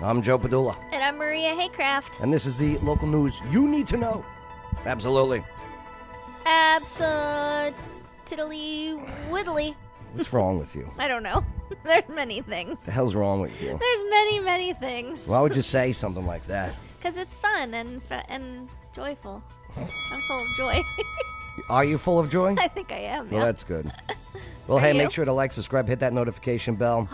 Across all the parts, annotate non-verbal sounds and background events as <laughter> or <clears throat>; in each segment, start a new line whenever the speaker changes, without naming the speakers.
I'm Joe Padula,
And I'm Maria Haycraft.
and this is the local news you need to know. Absolutely.
Absolutely Woodley. <laughs>
What's wrong with you?
I don't know. <laughs> There's many things.
The hell's wrong with you?
There's many, many things.
Why would you say something like that?
Because it's fun and fa- and joyful. I'm full of joy. <laughs>
Are you full of joy?
I think I am.
Well,
Yeah.
that's good.
<laughs>
Well, hey,
you?
make sure to like, subscribe, hit that notification
<gasps>
bell.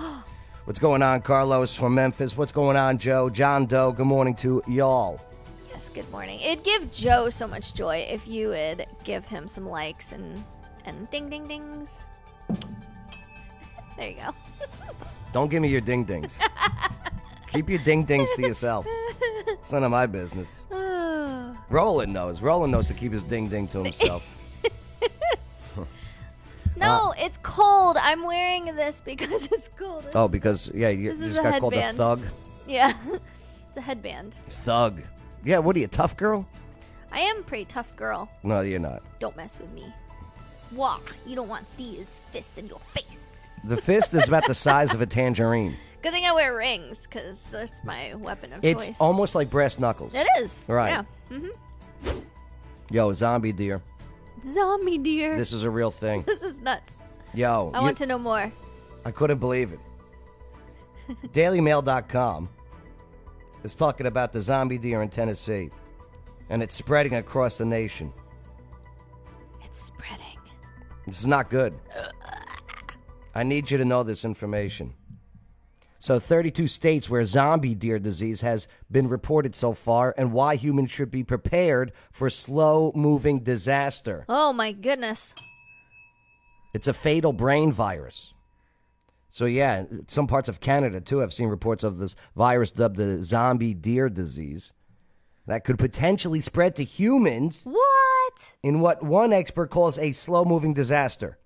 What's going on, Carlos from Memphis? What's going on, Joe? John Doe, good morning to y'all.
Yes, good morning. It'd give Joe so much joy if you would give him some likes and, and ding ding dings. there you go. <sighs>
Don't give me your ding
<laughs>
dings. Keep your ding dings to yourself. It's none of my business. Roland knows. Roland knows to keep his ding ding to
<laughs>
himself. <laughs>
No, it's cold. I'm wearing this because <laughs> it's cold.
oh, because, yeah, you,
This
you
is
just
a
got called a
headband.
thug.
Yeah. <laughs> it's a headband.
Thug. Yeah, what are you, tough girl?
I am a pretty tough girl.
No, you're not.
Don't mess with me. Walk. You don't want these fists in your face.
The fist is about the size of a tangerine.
Good thing I wear rings because that's my weapon <laughs> of
It's
choice.
almost like brass knuckles.
it is.
Right.
Yeah. Mm-hmm.
Yo, zombie deer.
Zombie deer.
This
This,
is a real
<laughs>
thing.
is nuts.
Yo,
I
you-
want to know more.
I couldn't believe it. DailyMail.com is talking about the zombie deer in Tennessee, and it's spreading across the nation.
It's spreading.
This is not good. I need you to know this information. So, 32 states where zombie deer disease has been reported so far, and why humans should be prepared for slow moving disaster.
Oh my goodness.
It's a fatal brain virus. So, yeah, some parts of Canada, too, have seen reports of this virus dubbed the zombie deer disease that could potentially spread to humans
What?
in what one expert calls a slow moving disaster.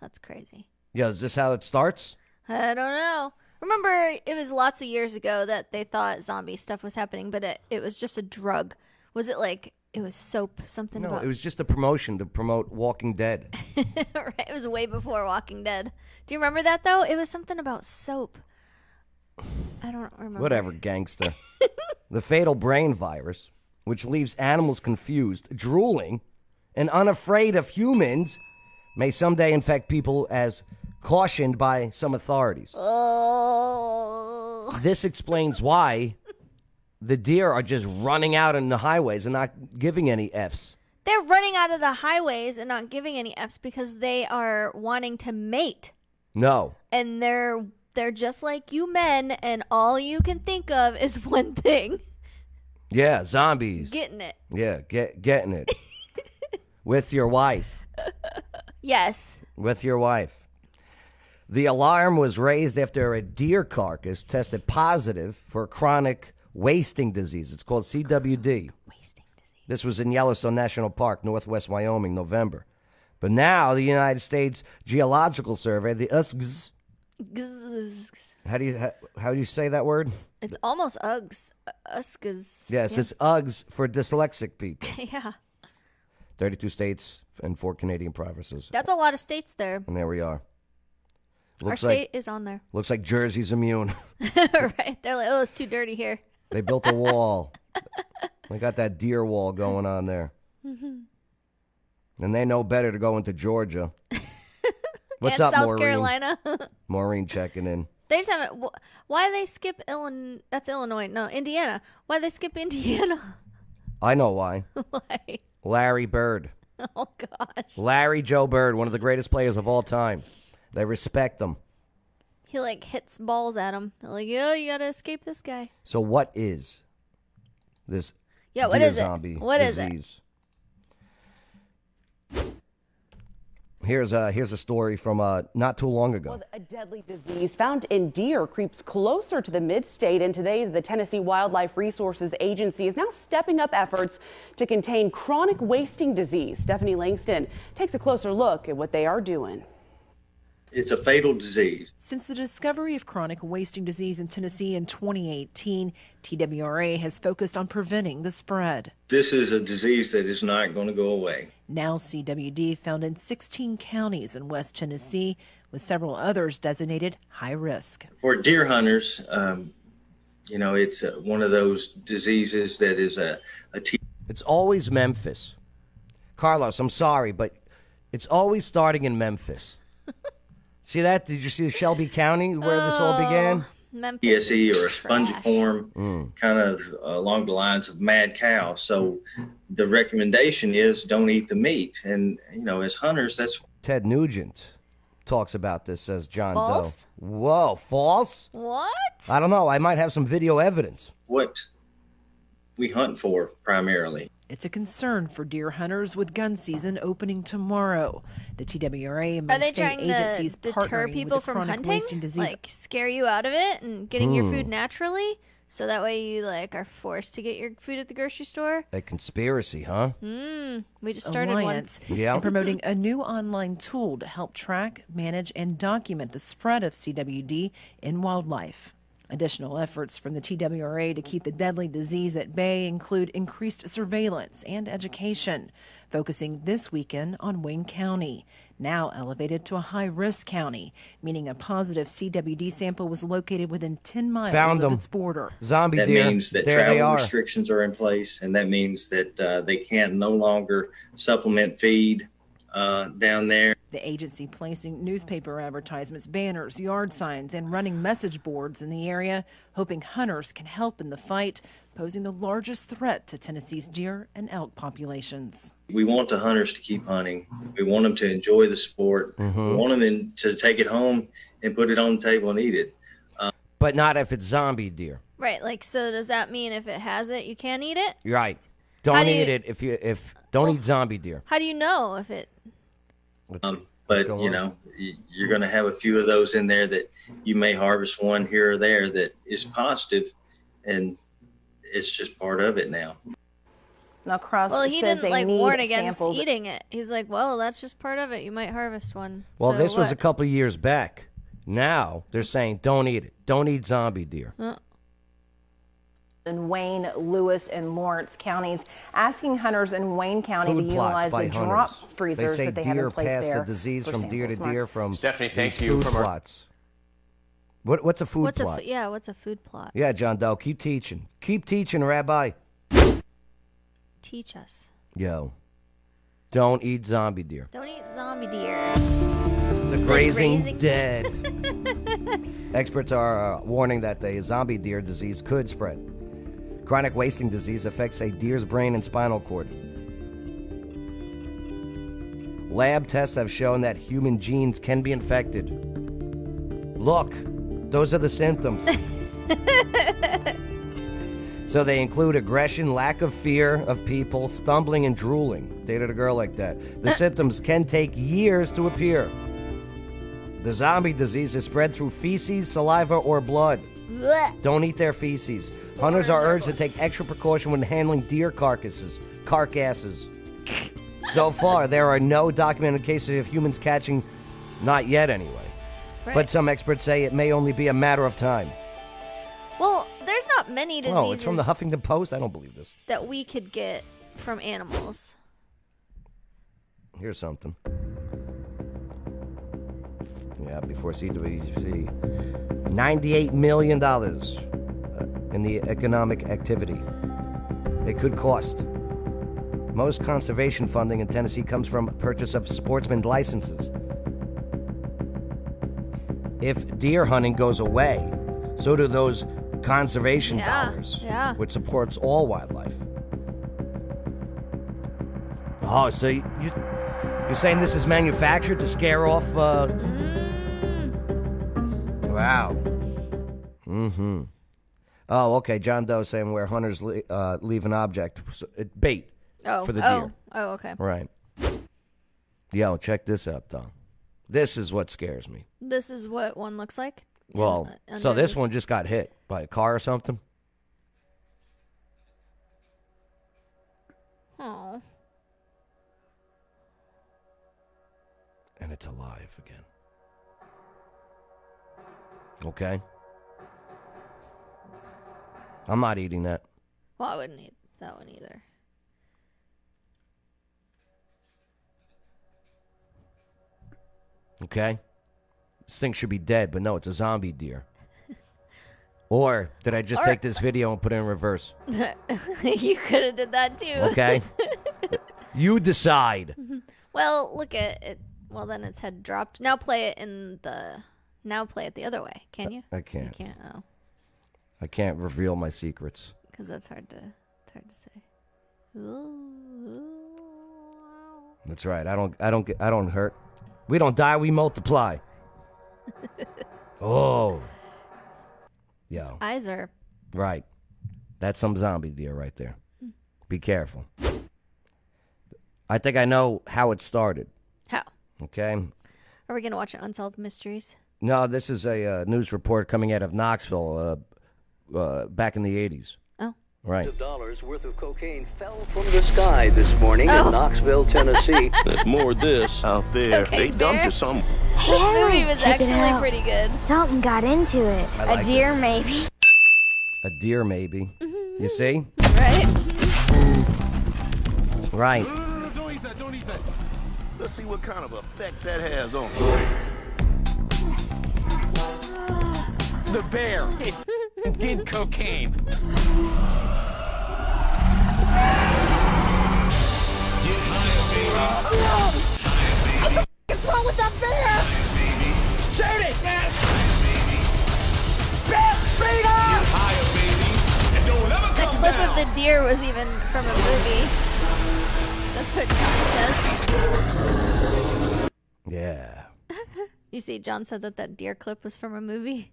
That's crazy.
Yeah, is this how it starts?
I don't know. Remember, it was lots of years ago that they thought zombie stuff was happening, but it, it was just a drug. Was it like it was soap? Something
No,
about
it was just a promotion to promote Walking Dead.
<laughs> right. It was way before Walking Dead. Do you remember that though? It was something about soap. I don't remember.
Whatever,
<laughs>
gangster. the fatal brain virus, which leaves animals confused, drooling, and unafraid of humans, may someday infect people as cautioned by some authorities.
Oh.
This explains why the deer are just running out on the highways and not giving any F's.
They're running out of the highways and not giving any f's because they are wanting to mate,
No.
and they're they're just like you men, and all you can think of is <laughs> one thing:
Yeah, zombies.
getting it.
yeah, get getting
<laughs>
it. With your wife.
Yes.
with your wife. The alarm was raised after a deer carcass tested positive for chronic wasting disease. It's called CWD.
Wasting disease.
This was in Yellowstone National Park, northwest Wyoming, November. But now the United States Geological Survey, the USGS,
Gzz.
how do you how, how do you say that word?
It's almost Uggs. Uh, Uskas.
Yes, it's UGS for dyslexic people.
Yeah. <laughs>
32 states and four Canadian provinces.
That's a lot of states there.
And there we are. Looks
Our
like
state is on there. <laughs>
looks like Jersey's immune.
right. They're like, oh, it's too dirty here. <laughs>
They built a wall. they got that deer wall going on there. And they know better to go into
<laughs>
Georgia. What's
and
up,
South
Maureen?
Carolina. <laughs>
Maureen checking in.
they just haven't. Wh- why they skip Illinois? That's Illinois. No, Indiana. Why they skip <laughs> Indiana?
I know why.
<laughs> why?
Larry Bird.
Oh gosh.
Larry Joe Bird, one of the greatest players of all time. They respect him.
He like hits balls at him. They're like, yo, you gotta escape this guy.
So what is this
Yeah. What
deer
is
zombie
it? What is it?
disease? Here's a here's a story from uh, not too long ago.
A deadly disease found in deer creeps closer to the midstate, and today the Tennessee Wildlife Resources Agency is now stepping up efforts to contain chronic wasting disease. Stephanie Langston takes a closer look at what they are doing.
It's a fatal disease.
Since the discovery of chronic wasting disease in Tennessee in 2018, TWRA has focused on preventing the spread.
This is a disease that is not going to go away.
Now, CWD found in 16 counties in West Tennessee, with several others designated high risk.
For deer hunters, um, You know, it's uh, one of those diseases that is a, a T.
It's always Memphis. Carlos, I'm sorry, but it's always starting in
<laughs>
Memphis. see that? Did you see Shelby County where this all began?
Memphis.
TSE E or a
Trash.
spongiform,
Mm.
kind of along the lines of mad cow. So the recommendation is don't eat the meat. And, you know, as hunters, that's
Ted Nugent talks about this as John
False?
Doe. Whoa, false?
What?
I don't know. I might have some video evidence.
what we hunt for primarily.
It's a concern for deer hunters with gun season opening tomorrow. The TWRA and
Are they
state
trying to
agencies partnering
deter
with
people
the
from
Chronic
hunting?
Wasting Disease
Like scare you out of it and getting your food naturally? So that way you like are forced to get your food at the grocery store? Hmm.
A conspiracy, huh?
We just started
Alliance
one.
Yeah.
and promoting a new online tool to help track, manage, and document the spread of CWD in wildlife. Additional efforts from the TWRA to keep the deadly disease at bay include increased surveillance and education, focusing this weekend on Wayne County, now elevated to a high risk county, meaning a positive CWD sample was located within 10 miles
Found
of
'em.
its border.
Zombie
That
deer.
means that
there they
travel
are.
restrictions are in place, and that means that uh, they can no longer supplement feed uh, down there.
The agency placing newspaper advertisements, banners, yard signs, and running message boards in the area, hoping hunters can help in the fight, posing the largest threat to Tennessee's deer and elk populations.
We want the hunters to keep hunting. We want them to enjoy the sport.
Mm-hmm.
We want them in, to take it home and put it on the table and eat it.
But not if it's zombie deer.
Right, like so does that mean if it has it you can't eat it?
You're right. Don't
do you-
eat it if you if don't eat zombie deer.
How do you know if it
Let's-
Um, But
go
you
on.
know, y- you're going to have a few of those in there that you may harvest one here or there that is positive, and it's just part of it now.
Now, Cross
Well, he
says
didn't
they
like
need
warn against e
samples.
eating it. He's like, "Well, that's just part of it. You might harvest one."
well,
So
this was a
what?
couple years back. Now they're saying don't eat it. Don't eat zombie deer.
Uh. in Wayne, Lewis, and Lawrence counties, asking hunters in Wayne County
Food
to
plots
utilize
by
the drop
hunters. they
freezers
say
that they have
deer
in place
pass
there
the disease
for
from deer to
samples. Mark.
deer from
Stephanie, thank
these
you
food
from our-
plots. What what's a food
What's a
plot?
fo- yeah? What's a food plot?
yeah, John Doe, keep teaching. Keep teaching, Rabbi.
Teach us.
Yo. Don't eat zombie deer.
Don't eat zombie deer.
The grazing,
grazing- <laughs>
dead. Experts are uh, warning that the zombie deer disease could spread. Chronic wasting disease affects a deer's brain and spinal cord. Lab tests have shown that human genes can be infected. Look, those are the symptoms. so they include aggression, lack of fear of people, stumbling and drooling. Dated a girl like that. The symptoms can take years to appear. The zombie disease is spread through feces, saliva, or blood.
Blech.
Don't eat their feces. Hunters are urged to take extra precaution when handling deer carcasses, carcasses. so far, there are no documented cases of humans catching, not yet anyway. But
Right.
some experts say it may only be a matter of time.
Well, there's not many diseases
Oh, it's from the Huffington Post? I don't believe this.
that we could get from animals.
Here's something. Yeah, before CWC. $98 million uh, in the economic activity. It could cost. Most conservation funding in Tennessee comes from purchase of sportsman licenses. If deer hunting goes away, so do those conservation
Yeah,
dollars,
yeah.
which supports all wildlife. Oh, so you, you you're saying this is manufactured to scare off? Uh...
Mm.
Wow. Mm-hmm. Oh, okay. John Doe saying where hunters le- uh, leave an object, so it bait
Oh,
for the
oh,
deer.
oh, okay.
Right. Yo, check this out, Tom. This is what scares me.
This is what one looks like. uh,
Well,
Yeah,
so this
under-
one just got hit by a car or something.
Aw.
and it's alive again. Okay? I'm not eating that.
Well, I wouldn't eat that one either. <laughs> <laughs>
Okay? This thing should be dead, but no, it's a zombie deer. Or did I just
Or-
take this video and put it in reverse?
you could have did that too. <laughs>
Okay? you decide.
Well, look at it. Well, then its head dropped. Now play it in the. Now play it the other way. Can you?
I can't.
You can't. Oh,
I can't reveal my secrets.
because that's hard to. It's hard to say. Ooh.
That's right. I don't. I don't. get- I don't hurt. We don't die. We
<laughs>
multiply. oh. Yo.
Eyes are.
Right. That's some zombie deer right there. Be careful. I think I know how it started.
How?
Okay.
Are we gonna watch Unsolved Mysteries?
No, this is a uh, news report coming out of Knoxville uh, uh, back in the '80s.
Oh.
Right.
of dollars worth of cocaine fell from the sky this morning
Oh.
in
<laughs>
Knoxville, Tennessee.
There's more of this out there.
Okay,
they dumped
Bear.
it some.
This movie was
check it
actually
out.
pretty good.
Something got into it.
like
a
it.
deer, maybe.
A deer, maybe.
Mm-hmm.
You see?
Right?
Right.
Don't eat that. Don't eat that. Let's see what kind of effect that has on.
The bear it did cocaine.
The clip of the deer was even from a movie. That's what John says.
Yeah.
You see, John said that that deer clip was from a movie.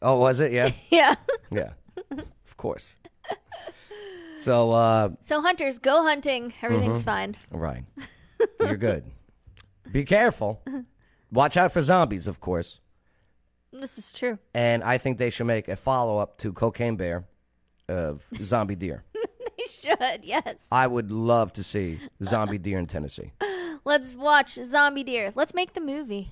Oh, was it? Yeah.
<laughs> Yeah.
Yeah. of course. So, uh,
So hunters, go hunting. Everything's fine.
Mm-hmm. right. You're good. Be careful. Watch out for zombies, of course.
<laughs> This is true.
And I think they should make a follow up to Cocaine Bear of Zombie Deer.
<laughs> They should. Yes.
I would love to see Zombie Deer in Tennessee.
Let's watch Zombie Deer. Let's make the movie.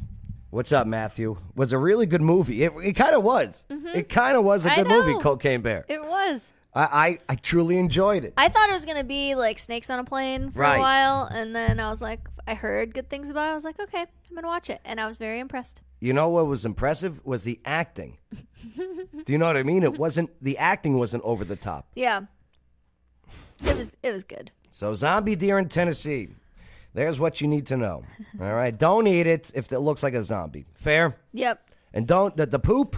What's up, Matthew? Was a really good movie. It, it kind of was. It kind of was a
Mm-hmm. I
good movie,
know.
Cocaine Bear.
It was.
I, I, I truly enjoyed it.
I thought it was gonna be like snakes on a plane for
Right.
a while, and then I was like, I heard good things about. it. I was like, okay, I'm gonna watch it, and I was very <laughs> impressed.
You know what was impressive was the acting. Do you know what I mean? It wasn't the acting wasn't over the top.
Yeah. It was. It was good.
So zombie deer in Tennessee. There's what you need to
<laughs>
know. All right, don't eat it if it looks like a zombie. Fair?
Yep.
And don't the, the poop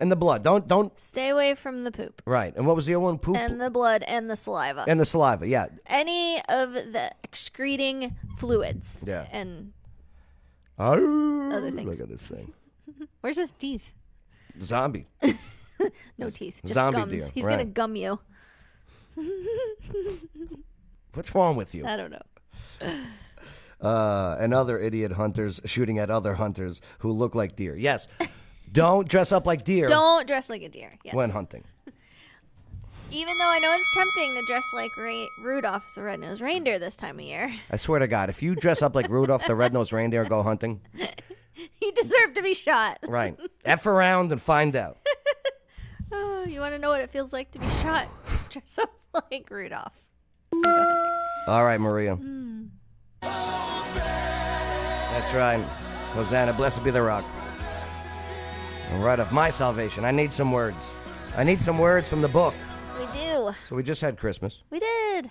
and the blood. Don't don't
Stay away from the poop
right. And what was the other one? Poop
and the blood and the saliva.
and the saliva. Yeah.
any of the excreting fluids.
Yeah.
And <laughs>
Other
things.
Look at this thing.
where's his teeth? <laughs>
Zombie.
No teeth. Just
zombie
gums.
deer,
He's
right.
gonna gum you.
What's wrong <laughs> with you?
I don't know.
Uh, and other idiot hunters shooting at other hunters who look like deer. Yes. don't dress up like deer
Don't dress like a deer. Yes.
when hunting.
Even though I know it's tempting to dress like Ra- Rudolph the Red-Nosed Reindeer this time of year, <laughs>
I swear to God, if you dress up like Rudolph the Red-Nosed Reindeer and go hunting,
you deserve to be shot. <sighs>
right? F around and find out.
Oh, you want to know what it feels like to be shot? <laughs> dress up like Rudolph. And go hunting.
All right, Maria.
Hmm.
That's right. Hosanna, blessed be the rock. And right of my salvation. I need some words. I need some words from the book.
We do.
So we just had Christmas.
We did.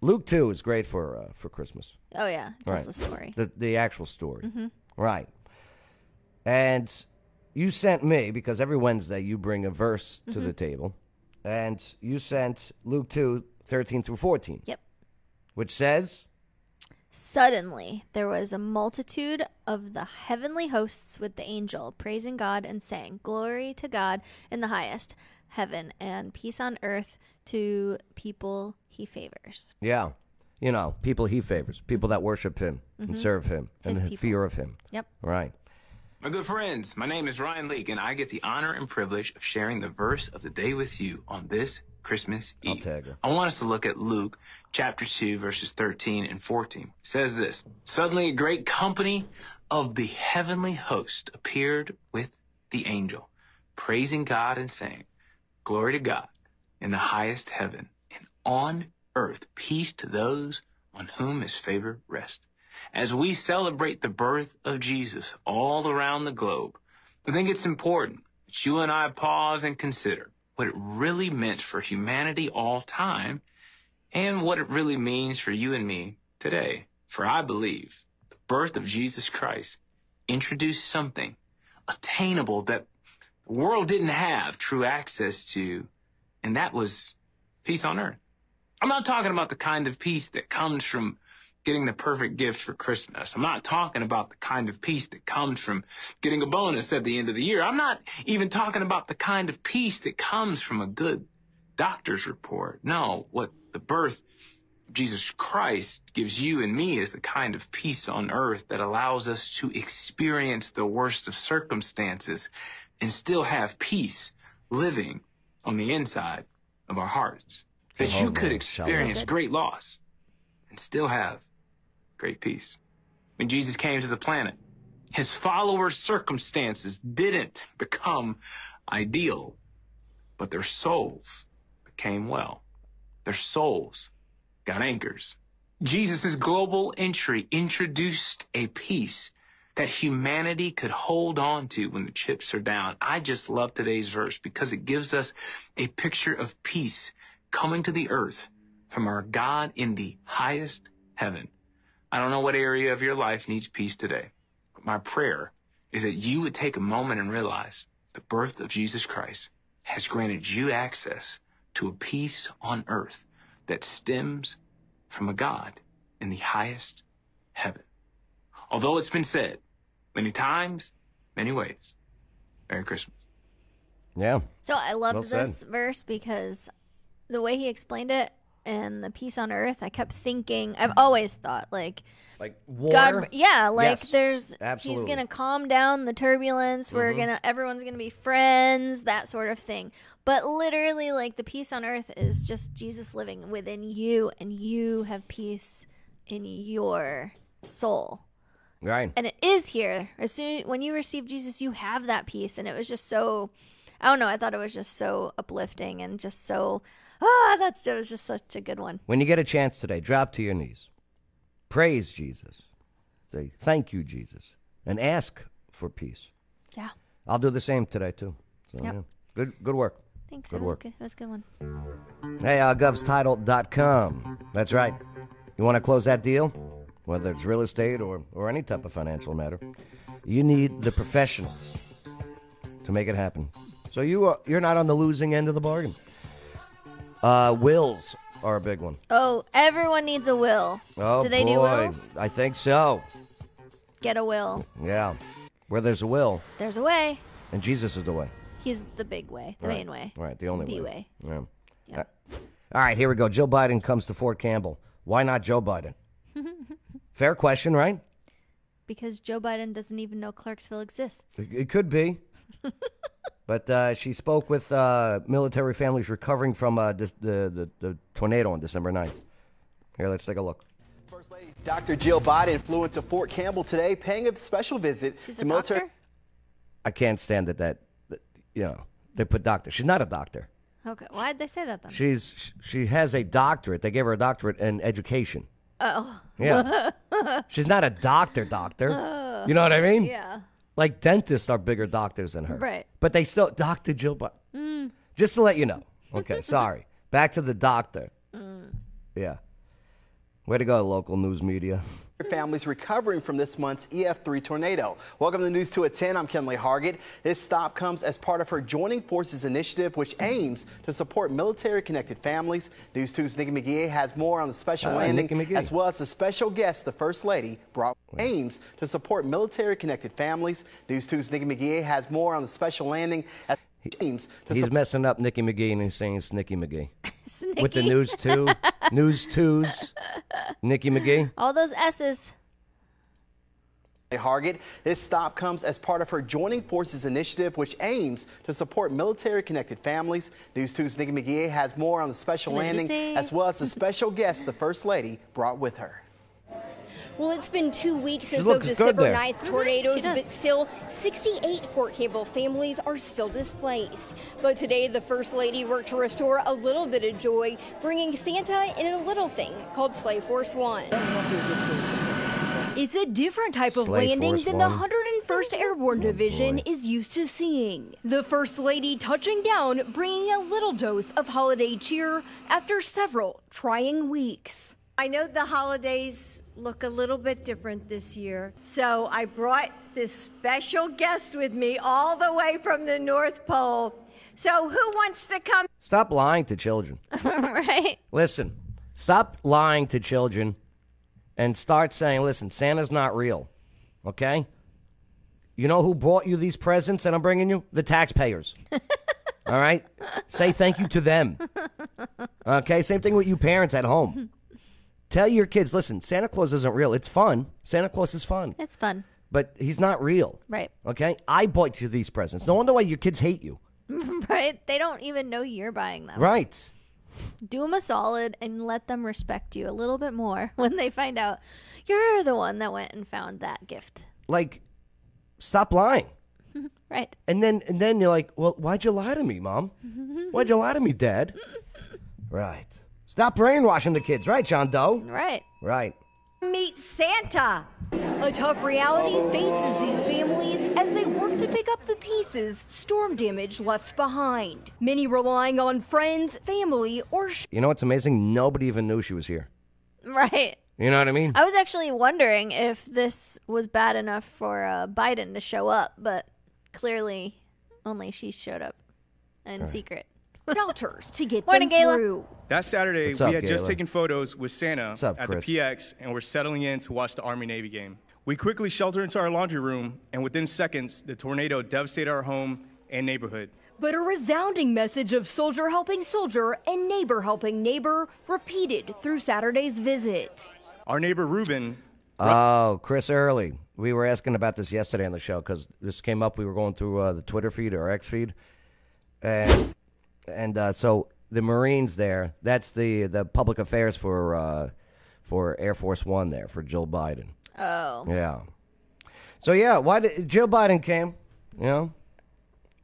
Luke 2 is great for uh, for Christmas.
Oh yeah,
Right.
tells the story. Mm-hmm.
The, the actual story. Right. And you sent me, because every Wednesday you bring a verse
Mm-hmm.
to the table, and you sent Luke 2, 13 through 14,
Yep.
which says,
Suddenly, there was a multitude of the heavenly hosts with the angel, praising God and saying, Glory to God in the highest heaven, and peace on earth to people he favors.
yeah, you know, people he favors, people that worship him and serve him
Mm-hmm. His
and have
people.
fear of him.
Yep.
Right.
My good friends, my name is Ryan Leake, and I get the honor and privilege of sharing the verse of the day with you on this Christmas
I'll
Eve.
tag her.
I want us to look at Luke chapter 2, verses 13 and 14. It says this Suddenly a great company of the heavenly host appeared with the angel, praising God and saying, Glory to God in the highest heaven, and on earth peace to those on whom his favor rests. As we celebrate the birth of Jesus all around the globe, I think it's important But you and I pause and consider what it really meant for humanity all time and what it really means for you and me today. For I believe the birth of Jesus Christ introduced something attainable that the world didn't have true access to, and that was peace on earth. I'm not talking about the kind of peace that comes from getting the perfect gift for Christmas. I'm not talking about the kind of peace that comes from getting a bonus at the end of the year. I'm not even talking about the kind of peace that comes from a good doctor's report. No, what the birth of Jesus Christ gives you and me is the kind of peace on earth that allows us to experience the worst of circumstances and still have peace living on the inside of our hearts. That you
Jehovah
could
Shalom.
experience
So good.
great loss and still have great peace. When Jesus came to the planet, his followers' circumstances didn't become ideal, but their souls became well. Their souls got anchors. Jesus' global entry introduced a peace that humanity could hold on to when the chips are down. I just love today's verse because it gives us a picture of peace coming to the earth from our God in the highest heaven. I don't know what area of your life needs peace today, but my prayer is that you would take a moment and realize the birth of Jesus Christ has granted you access to a peace on earth that stems from a God in the highest heaven. Although it's been said many times, many ways. Merry Christmas.
Yeah.
So I
Well
loved
said.
this verse because the way he explained it and the peace on earth, I kept thinking, I've always thought, like,
Like war.
God, yeah, like
Yes,
there's
absolutely. Mm-hmm.
he's gonna calm down the turbulence. We're gonna everyone's gonna be friends, that sort of thing. But literally, like the peace on earth is just Jesus living within you, and you have peace in your soul,
Right.
and it is here. As soon when you receive Jesus, you have that peace, and it was just so. I don't know. I thought it was just so uplifting and just so. Ah, that's it was just such a good one.
When you get a chance today, drop to your knees. Praise Jesus. Say, thank you, Jesus. And ask for peace.
Yeah.
I'll do the same today, too. So,
Yep.
yeah. Good, good work.
Thanks.
Good
it was
work.
good. It was a good one.
Hey, uh, govstitle.com. That's right. You want to close that deal? Whether it's real estate or, or any type of financial matter, you need the professionals to make it happen. So you are, you're not on the losing end of the bargain. Uh, wills are a big one.
Oh, everyone needs a will.
Oh,
do they
boy.
do wills?
I think so.
Get a will.
Yeah. Where there's a will,
There's a way.
and Jesus is the way.
He's the big way, the main way.
Right, the only
The
way.
way.
Yeah. Uh, All right, here we go. Joe Biden comes to Fort Campbell. Why not Joe Biden? Fair question, right?
<laughs> Because Joe Biden doesn't even know Clarksville exists.
It, it could
<laughs>
be. but uh, she spoke with uh, military families recovering from uh, this, the, the, the tornado on December 9th. Here, let's take a look.
First Lady Dr. Jill Biden flew into Fort Campbell today, paying a special visit
She's
to
a
military.
doctor?
I can't stand it that, that, you know, they put doctor. She's not a doctor.
Okay. Why'd they say that then?
She's she has a doctorate. They gave her a doctorate in education.
Oh.
Yeah.
<laughs>
She's not a doctor, doctor. you know what I mean?
Uh, Oh, Yeah.
Like dentists are bigger doctors than her.
Right.
But they still Dr. Jill Biden. Just to let you know.
<laughs>
Okay, sorry. Back to the doctor.
Mm.
Yeah. Way to go, local news media.
families recovering from this month's EF3 tornado. Welcome to News 2 at 10. I'm Kenley Hargett. This stop comes as part of her Joining Forces initiative, which aims to support military connected families. News 2's Nikki McGee has more on the special
Ah,
landing,
Nikki McGee.
as well as the special guest the First Lady brought. Aims to support military connected families. News 2's Nikki McGee has more on the special landing. As aims to
He's messing up Nikki McGee and he's saying it's Nikki McGee.
Snicky.
With the news two. news twos. Nikki
<laughs>
McGee.
All those S's.
Hargett. This stop comes as part of her Joining Forces initiative, which aims to support military connected families. News 2's Nikki McGee has more on the special
Let me
landing,
see.
as well as the special guest the First Lady brought
<laughs>
with her.
Well, it's been two weeks since
looks
those
good
December
there.
9th tornadoes,
She does.
but still, 68 Fort Campbell families are still displaced. But today, the First Lady worked to restore a little bit of joy, bringing Santa in a little thing called Sleigh Force One. It's a different type
of Sleigh landing Force than the One. Oh,
1st Airborne Division is used to seeing. The First Lady touching down, bringing a little dose of holiday cheer after several trying weeks.
I know the holidays look a little bit different this year, so I brought this special guest with me all the way from the North Pole. So, who wants to come?
Stop lying to children.
<laughs> right?
Listen, stop lying to children and start saying, listen, Santa's not real. Okay? You know who brought you these presents that I'm bringing you? The
<laughs>
taxpayers. All right? Say thank you to them. Okay? Same thing with you parents at home. Tell your kids, listen, Santa Claus isn't real. It's fun. Santa Claus is fun,
It's fun.
but he's not real.
Right. <laughs>
Okay? I bought you these presents. No wonder why your kids hate you.
right? They don't even know you're buying them.
Right.
Do them a solid and let them respect you a little bit more <laughs> when they find out you're the one that went and found that gift. <laughs>
Like, stop lying.
Right.
And then and then you're like, well, why'd you lie to me, mom? Why'd you lie to me,
<laughs>
dad? right. Stop brainwashing the kids, right, John Doe?
Right.
Right.
Meet Santa.
A tough reality faces these families as they work to pick up the pieces storm damage left behind. Many relying on friends, family, or
You know what's amazing? Nobody even knew she was here.
Right.
You know what I mean?
I was actually wondering if this was bad enough for uh, Biden to show up, but clearly only she showed up in
Right.
secret.
shelters to get
Morning,
them
Gayla.
through.
That Saturday,
What's
we
up,
had just
Gayla?
taken photos with Santa
up,
at
Chris?
the PX, and we're settling in to watch the Army Navy game. We quickly shelter into our laundry room, and within seconds, the tornado devastated our home and neighborhood.
But a resounding message of soldier helping soldier and neighbor helping neighbor repeated through Saturday's visit.
Our neighbor Ruben
Oh, Chris Early. We were asking about this yesterday on the show because this came up. We were going through uh, the Twitter feed or X feed, and and uh, so the Marines there. That's the the public affairs for uh, for Air Force One there for Jill Biden.
Oh.
Yeah. So yeah, why did Jill Biden came? You know,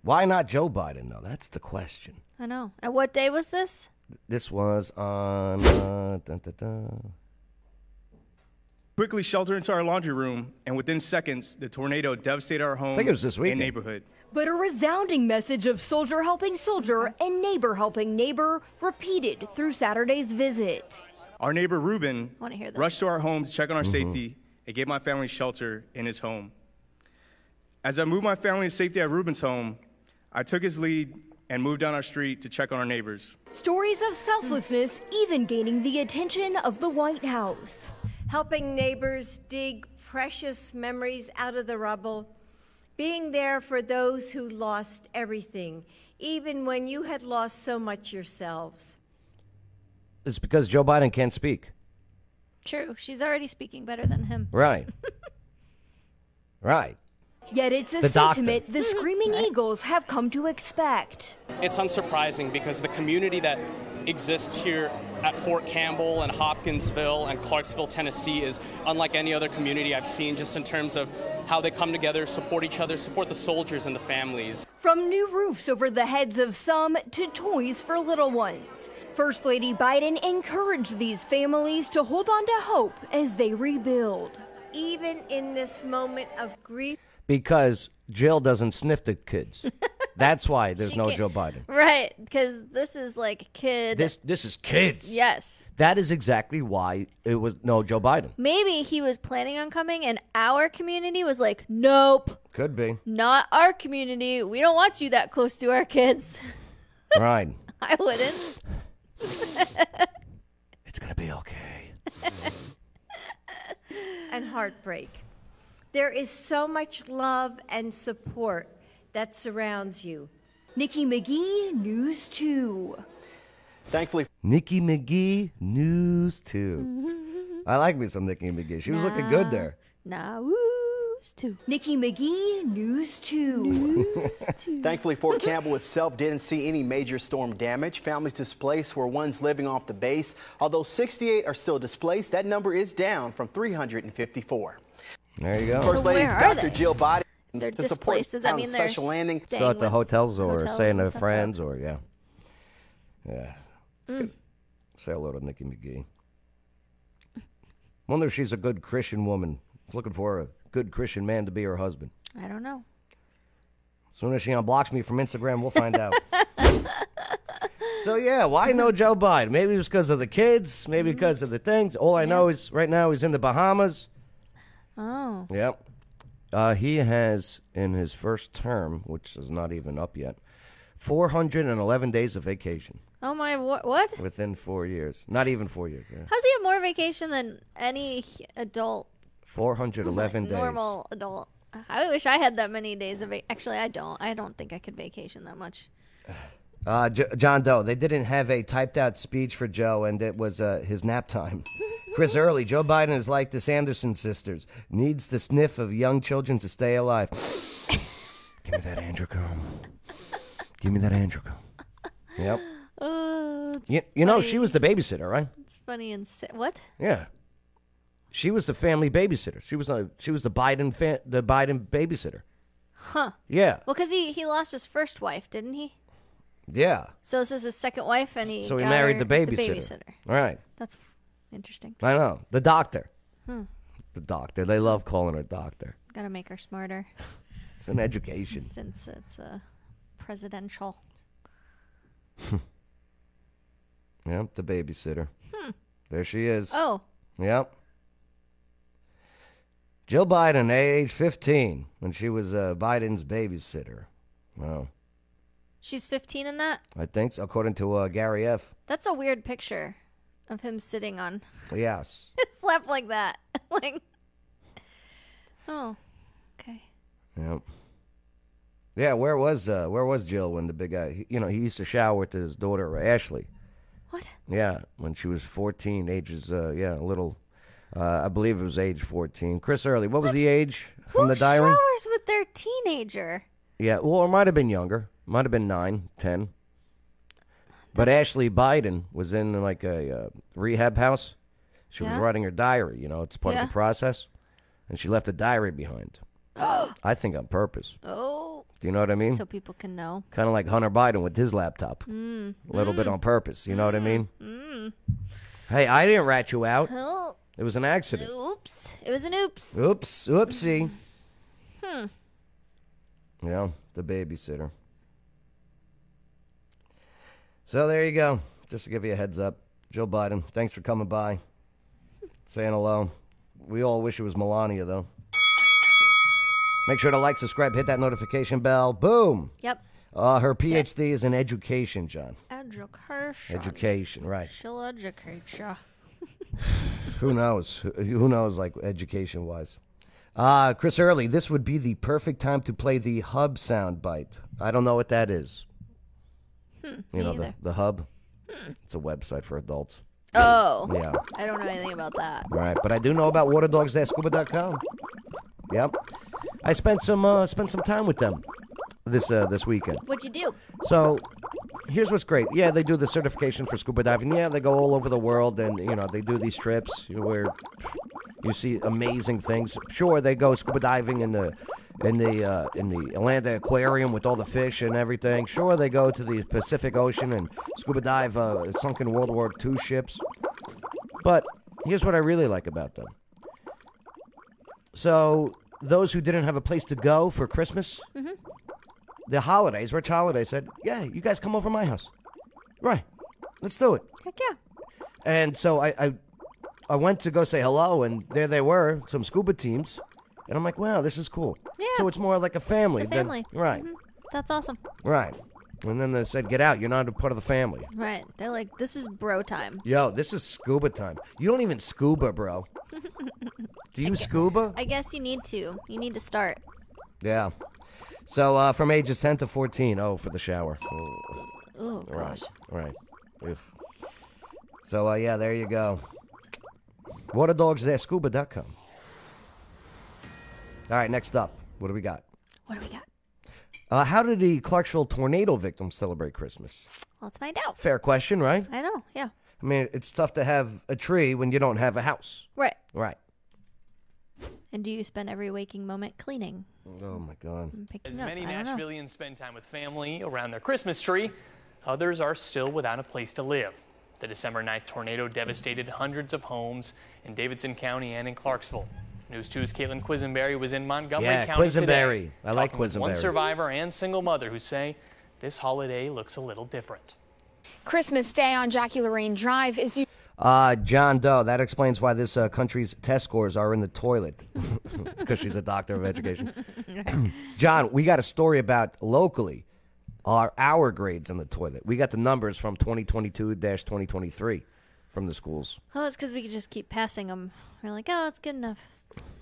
why not Joe Biden though? That's the question.
I know. And what day was this?
This was on. Uh, dun, dun, dun.
quickly sheltered into our laundry room, and within seconds, the tornado devastated our home
think it was this
and
weekend.
neighborhood.
But a resounding message of soldier helping soldier and neighbor helping neighbor repeated through Saturday's visit.
Our neighbor Ruben
Wanna hear this.
rushed to our home to check on our
Mhm.
safety and gave my family shelter in his home. As I moved my family to safety at Ruben's home, I took his lead and moved down our street to check on our neighbors.
Stories of selflessness even gaining the attention of the White House.
helping neighbors dig precious memories out of the rubble, being there for those who lost everything, even when you had lost so much yourselves.
It's because Joe Biden can't speak.
True. She's already speaking better than him.
Right. <laughs> right.
Yet it's a
The doctor.
sentiment the Screaming Eagles have come to expect.
It's unsurprising because the community that exists here at Fort Campbell and Hopkinsville and Clarksville, Tennessee is unlike any other community I've seen just in terms of how they come together, support each other, support the soldiers and the families.
From new roofs over the heads of some to toys for little ones. First Lady Biden encouraged these families to hold on to hope as they rebuild.
Even in this moment of grief,
Because Jill doesn't sniff the kids. That's why there's
<laughs> She
no
can't-
Oh, Joe Biden.
Right, because this is like kid.
This this is kids.
Yes.
That is exactly why it was no Joe Biden.
Maybe he was planning on coming, and our community was like, nope,
Could be.
not our community. We don't want you that close to our kids. <laughs>
right.
I wouldn't.
<laughs> It's gonna be okay.
<laughs> and heartbreak. There is so much love and support that surrounds you.
Nikki McGee, News 2.
Thankfully,
Nikki McGee news too.
<laughs>
I like me some Nikki McGee. She was looking good there.
News 2. Nikki McGee, News 2.
<laughs>
Thankfully, Fort Campbell itself didn't see any major storm damage. Families displaced were ones living off the base. Although 68 are still displaced, that number is down from 354.
There you go.
First Lady Dr. Jill Biden.
They're
to support
displaced. Does that
town
mean they're
special landing?
So at the hotels or
hotels
staying
and
with
stuff,
friends or yeah. Yeah.
Mm.
Say hello to Nikki
<laughs>
McGee. Wonder if she's a good Christian woman. Looking for a good Christian man to be her husband.
I don't know.
Soon as she unblocks me from Instagram, we'll find
<laughs>
out. so yeah, why no Joe Biden? Maybe it was because of the kids. Maybe
Mm-hmm.
because of the things. All I know is right now he's in the Bahamas.
Oh.
Yep. Uh, he has, in his first term, which is not even up yet, 411 days of vacation
Oh my, wh- what?
within four years. Not even four years. Yeah.
How's he have more vacation than any h- adult,
411 days.
normal adult? I wish I had that many days of vacation. Actually, I don't. I don't think I could vacation that much.
Uh, J- John Doe. They didn't have a typed out speech for Joe, and it was uh, his nap
<laughs>
time. Chris Early. Joe Biden is like the Sanderson sisters. Needs the sniff of young children to stay alive. Give me that Andrew Cohn. Give me that Andrew Cohn. Yep.
Oh, it's
You, you know,
funny.
she was the babysitter, right?
It's funny and si- what?
Yeah. She was the family babysitter. She was the, she was the Biden fa- the Biden babysitter.
Huh?
Yeah.
Well, because he he lost his first wife, didn't he?
Yeah.
So this is his second wife, and he
so he
got
married
her
the babysitter.
babysitter.
All right.
That's interesting.
I know. The doctor.
Hmm.
The doctor. They love calling her doctor.
Gotta make her smarter
It's an education.
since it's a presidential.
Yep, the babysitter.
Hmm.
There she is.
Oh.
Yep. Jill Biden at age 15 when she was uh, Biden's babysitter. Wow.
She's 15 in that.
I think, so, according to uh, Gary F.
That's a weird picture of him sitting on
Yes.
<laughs> his lap like that. like, oh, okay.
Yep. Yeah, where was uh, where was Jill when the big guy? he- You know, he used to shower with his daughter uh, Ashley.
What?
Yeah, when she was fourteen, ages uh, yeah, a little. Uh, I believe it was age fourteen. Chris Early, what was the age from
Who
the diary?
showers with their teenager?
Yeah, well, it might have been younger. Might have been nine, ten. But Ashley Biden was in like a uh, rehab house. She was
Yeah.
writing her diary. You know, it's part of
Yeah.
the process, and she left a diary
<gasps>
behind. I think on purpose.
Oh,
Do you know what I mean?
so people can know.
kind of like Hunter Biden with his laptop.
Mm.
A little bit on purpose. You know what I mean?
Mm.
Hey, I didn't rat you out.
Oh,
It was an accident.
oops. It was an oops.
Oops, oopsie.
Hmm.
Yeah, the babysitter. So there you go. Just to give you a heads up, Joe Biden, thanks for coming by, saying hello. We all wish it was Melania, though. Make sure to like, subscribe, hit that notification bell. Boom.
Yep.
Uh, her PhD is in education, John.
Education.
Education, right.
She'll educate ya.
Who knows? Who- Who knows, like education wise? Uh, Chris Early, this would be the perfect time to play the hub sound bite. I don't know what that is.
Hmm,
You know,
me
the,
either.
the hub? It's a website for adults.
Oh.
Yeah.
I don't know anything about that.
All right. But I do know about waterdogs.scuba.com. Yep. I spent some uh, spent some time with them this uh, this weekend.
What'd you do?
So here's what's great. Yeah, they do the certification for scuba diving. Yeah, they go all over the world and you know, they do these trips where you see amazing things. Sure, they go scuba diving in the in the uh, in the Atlanta Aquarium with all the fish and everything. Sure, they go to the Pacific Ocean and scuba dive uh, sunken World War II ships. But here's what I really like about them. So those who didn't have a place to go for Christmas,
Mhm.
the holidays, Rich Holiday said, "Yeah, you guys come over to my house, right? Let's do it."
Heck yeah.
And so I, I, I went to go say hello, and there they were, some scuba teams, and I'm like, "Wow, this is cool."
Yeah.
So it's more like a family.
It's a
than-
family.
right?
Mhm. That's awesome.
Right. And then they said, "Get out! You're not a part of the family."
Right. They're like, this is bro time.
Yo, this is scuba time. You don't even scuba, bro. Do you scuba?
I guess you need to. You need to start.
Yeah. So uh, from ages 10 to 14. Oh, for the shower. Oh,
Oh,
All right.
gosh.
All right. Oof. So, uh, yeah, there you go. Waterdogs.scuba.com. All right, next up. What do we got?
What do we got?
Uh, how did the Clarksville tornado victims celebrate Christmas?
Let's find out.
Fair question, right?
I know. Yeah.
I mean, it's tough to have a tree when you don't have a house.
Right.
Right.
And do you spend every waking moment cleaning?
Oh, my God.
and Picking
As
up?
many
I don't know.
Nashvilleians spend time with family around their Christmas tree, others are still without a place to live. The December 9th tornado devastated hundreds of homes in Davidson County and in Clarksville. News 2's Caitlin Quisenberry was in Montgomery
Yeah,
County
Quisenberry.
today.
I like
talking with One
Quisenberry.
survivor and single mother who say this holiday looks a little different.
Christmas Day on Jackie Lorraine Drive is u-
Uh, John Doe. That explains why this uh, country's test scores are in the toilet <laughs> because she's a doctor of education. <clears throat>
Mm.
John, we got a story about locally our our grades in the toilet. We got the numbers from 2022-2023 from the schools.
Oh, it's because we could just keep passing them. We're like, oh, it's good enough.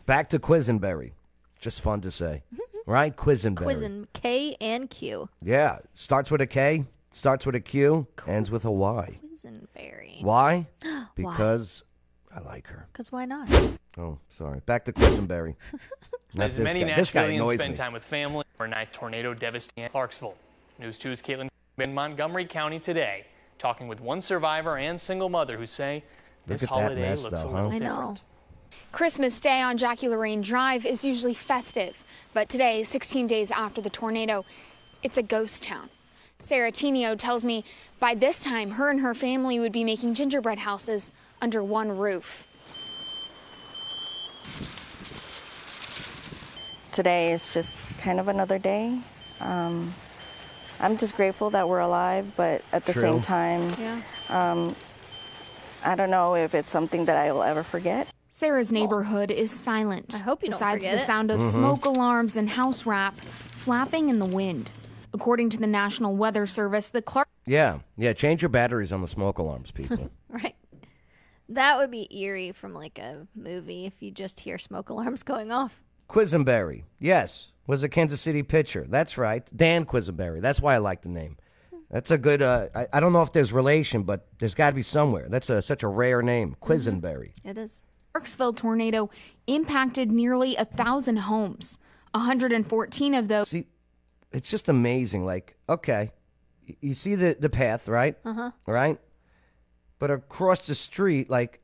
Back to Quisenberry. Just fun to say.
Mm-hmm.
right? Quisenberry.
Quizzing K and Q.
Yeah. Starts with a K, starts with a Q, ends with a Y.
Quisenberry.
Why?
<gasps> Why?
Because I like her.
Because why not?
Oh, sorry. Back to
<laughs>
Quisenberry. Not
As
this
many
guy. This guy
Nashvilleians
annoys
spend
me.
time with family or night tornado devastating Clarksville. News 2's Caitlin in Montgomery County today, talking with one survivor and single mother who say
Look
this
at that
holiday
mess,
looks
though,
a
huh?
little
I
different.
know. Christmas Day on Jackie Lorraine Drive is usually festive, but today, 16 days after the tornado, it's a ghost town. Sarah Tinio tells me by this time her and her family would be making gingerbread houses under one roof.
today is just kind of another day. Um, I'm just grateful that we're alive, but at the
True.
same time, um, I don't know if it's something that I will ever forget.
Sarah's neighborhood is silent. I hope
you don't
Besides
forget
the
it.
sound of
Mhm.
smoke alarms and house wrap flapping in the wind. According to the National Weather Service, the Clark
Yeah. Yeah. Change your batteries on the smoke alarms,
<laughs>
people.
Right. That would be eerie from like a movie if you just hear smoke alarms <laughs> going off.
Quisenberry. Yes. Was a Kansas City pitcher. That's right. Dan Quisenberry. That's why I like the name. That's a good, uh, I, I don't know if there's relation, but there's got to be somewhere. That's a, such a rare name.
Mm-hmm.
Quisenberry.
It is.
Clarksville tornado impacted nearly a thousand homes. 114 of those.
It's just amazing. Like, okay, y- you see the, the path, right?
Uh-huh.
Right? But across the street, like,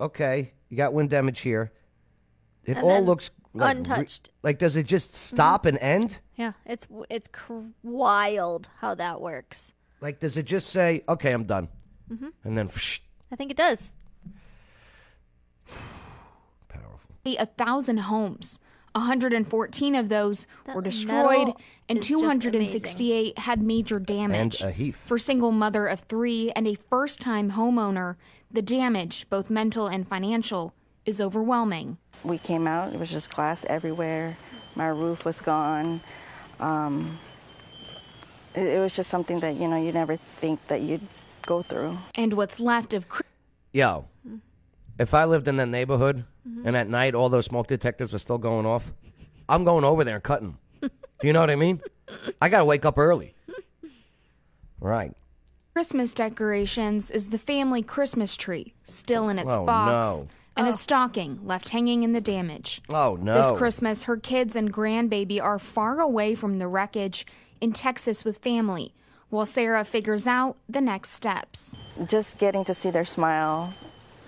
okay, you got wind damage here. It
And
all
then
looks like re-
untouched. Mm-hmm.
like, does it just stop and end?
Yeah, it's w- it's cr- wild how that works.
Like, does it just say, okay, I'm done?
Mhm.
And then,
I think it does.
a thousand homes. 114 of those were destroyed,
metal
and
is just
268 had major
and
damage.
a heath.
For single mother of three and a first time homeowner, the damage, both mental and financial, is overwhelming.
We came out, it was just glass everywhere. My roof was gone. Um, it, it was just something that, you know, you never think that you'd go through.
And what's left of Cr-
Yo, if I lived in that neighborhood
Mhm.
and at night all those smoke detectors are still going off, I'm going over there and cutting 'em. Do you know what I mean? I got to wake up early. Right.
Christmas decorations is the family Christmas tree, still in its
Oh,
box,
no.
and a stocking left hanging in the damage.
Oh, no.
This Christmas, her kids and grandbaby are far away from the wreckage in Texas with family, while Sarah figures out the next steps.
Just getting to see their smile,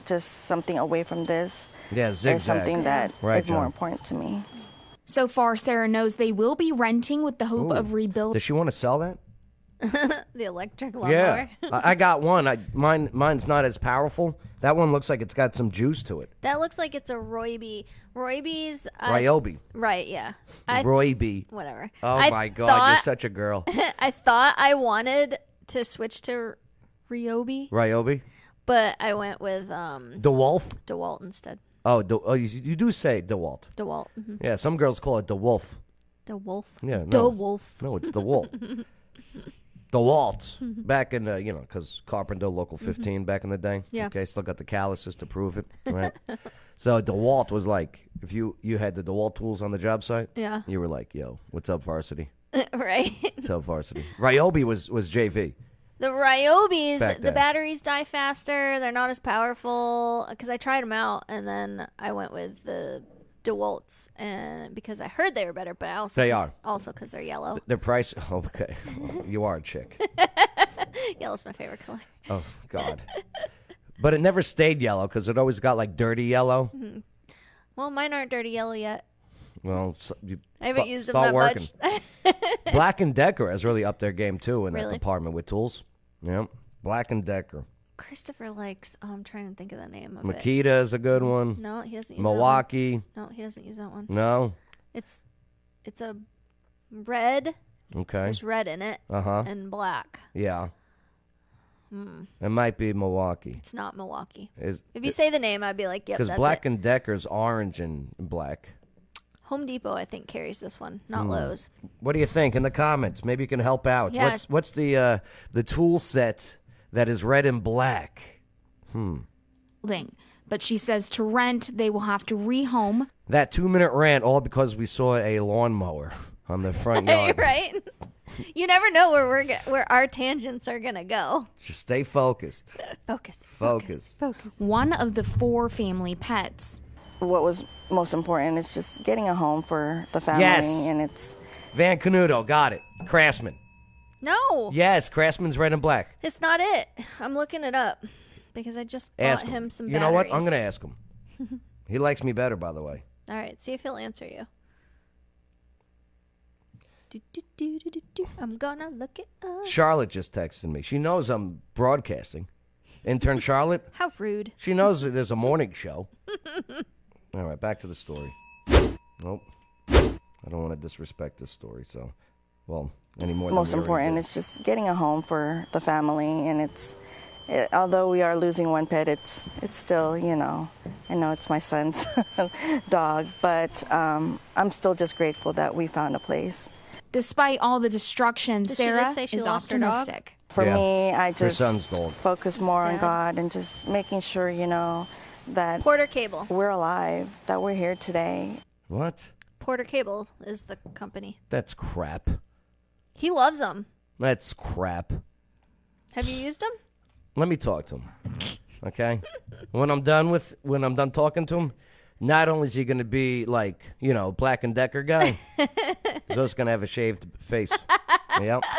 just something away from this.
Yeah,
Is
zigzag.
something that is
Right,
more
John.
important to me.
So far, Sarah knows they will be renting with the
Ooh.
hope of rebuilding
Does she want to sell that?
<laughs> the electric
Yeah.
lawnmower.
I, I got one. I, mine, mine's not as powerful. That one looks like it's got some juice to it.
that looks like it's a Roybe. Roybe's. I-
Ryobi.
uh, Right. Yeah. I-
Roybe.
Whatever.
Oh,
I
my God. You're
thought-
such a girl.
<laughs> I thought I wanted to switch to Ryobi,
Ryobi?
but I went with um
DeWolf?
DeWalt instead.
Oh, De, oh you, you do say DeWalt.
DeWalt. mhm.
Yeah, some girls call it DeWolf.
DeWolf.
Yeah, no.
DeWolf.
No, it's <laughs> DeWalt. DeWalt
Mm-hmm.
back in the you know because Carpenter Local 15 back in the day.
Yeah.
Okay, still got the calluses to prove it.
<laughs>
Right. so DeWalt was like, if you you had the DeWalt tools on the job site,
Yeah.
you were like, yo, what's up, varsity?
<laughs> right.
What's up, varsity? Ryobi was was JV.
The Ryobis,
Back
the
then.
batteries die faster. They're not as powerful because I tried them out, and then I went with the Dewalts, and because I heard they were better, but I also
They
'cause-
are.
also because they're yellow.
Their price. <laughs> oh, Okay, Well, you are a chick.
<laughs> Yellow's my favorite color.
Oh God. But it never stayed yellow because it always got like dirty yellow.
Mhm. Well, mine aren't dirty yellow yet.
Well, so, you
I haven't
th-
used them
start
that
working.
much.
Black and Decker has really upped their game too in
Really?
that department with tools. Yep. Black and Decker.
<laughs> Christopher likes. Oh, I'm trying to think of the name of it.
Makita is a good one.
No, he doesn't. Use
Milwaukee.
That one. No, he doesn't use that one.
No.
It's it's a red.
Okay.
There's red in it.
Uh-huh.
And black.
Yeah.
Hmm.
It might be Milwaukee.
It's not Milwaukee.
Is-
if you say the name, I'd be like, yep,
Because
that's
Black
it.
and Decker's orange and black.
Home Depot, I think, carries this one, not
Hmm.
Lowe's.
What do you think in the comments? Maybe you can help out.
Yeah.
What's what's the uh, the tool set that is red and black? Hmm.
building. But she says to rent, they will have to rehome
That two minute rant, all because we saw a lawnmower on the
<laughs>
front yard.
right? <laughs> You never know where we're go- where our tangents are gonna go.
Just stay focused.
Focus.
Focus.
one of the four family pets.
What was most important is just getting a home for the family,
Yes.
and it's
Van Canudo, got it. Craftsman.
No,
Yes, Craftsman's red and black.
it's not it. I'm looking it up because I just bought
Ask
him.
him.
some.
you know what? I'm going to
batteries.
ask him.
<laughs>
He likes me better, by the way.
All right, see if he'll answer you. Do, do, do, do, do, do. I'm gonna look it up.
Charlotte just texted me. She knows I'm broadcasting. Intern Charlotte.
<laughs> How rude.
She knows that there's a morning show. <laughs> All right, back to the story. Nope. I don't want to disrespect this story, so, well, any more. than
most
we already
important
did.
is just getting a home for the family, and it's it, although we are losing one pet, it's it's still you know I know it's my son's <laughs> dog, but um, I'm still just grateful that we found a place.
Despite all the
<laughs>
destruction,
Did she
Sarah
just say she
is
lost her dog?
optimistic.
For
Yeah.
me, I
Her
just
son's dog.
focus more on
Sad.
God and just making sure you know that
Porter Cable.
We're alive, that we're here today.
What?
Porter Cable is the company.
That's crap.
He loves them.
That's crap.
Have you used them?
Let me talk to him. Okay? when I'm done with when I'm done talking to him, not only is he gonna be like, you know, black and decker
<laughs>
guy, he's also gonna have a shaved face. yep.
<laughs>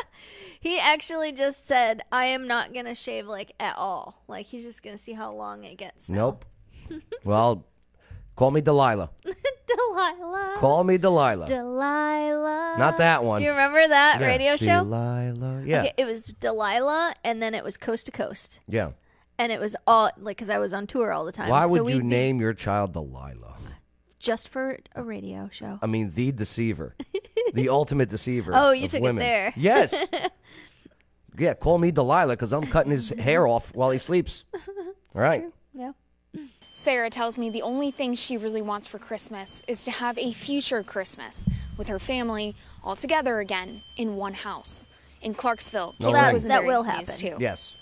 He actually just said, "I am not gonna shave like at all. Like he's just gonna see how long it gets." <laughs>
Nope. well, call me Delilah.
Delilah.
Call me Delilah.
Delilah.
Not that one.
Do you remember that
Yeah.
radio show?
Delilah. Yeah.
Okay, it was Delilah, and then it was Coast to Coast,
Yeah.
and it was all like because I was on tour all the time.
Why
so
would
we'd
you
be-
name your child Delilah?
just for a radio show?
I mean, the
<laughs>
deceiver, the ultimate deceiver.
Oh, you
of
took
women.
it there. <laughs>
Yes. Yeah, call me Delilah because I'm cutting
<laughs>
his hair off while he sleeps. All right.
Yeah.
Sarah tells me the only thing she really wants for Christmas is to have a future Christmas with her family all together again in one house in Clarksville.
No
Caitlin
ring.
was in
That
the
will
news,
happen.
Too.
Yes.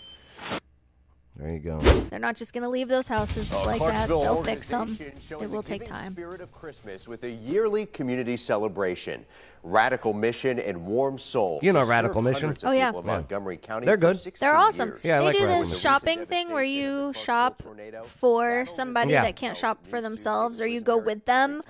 There you go.
They're not just gonna leave those houses like that.
Uh, Clarksville
They'll fix them.
organization showing
It
the
will take
giving
time.
Spirit of Christmas with a yearly community celebration, radical mission and warm soul.
You know
to serve
Radical Mission.
hundreds of
Oh, yeah.
people in
Yeah.
Montgomery County.
They're
for
good.
16
They're awesome.
years.
Yeah, I
they
like
do
Radical
this
Mission.
shopping thing where you shop for somebody
Yeah.
that can't shop for themselves, or you go with them.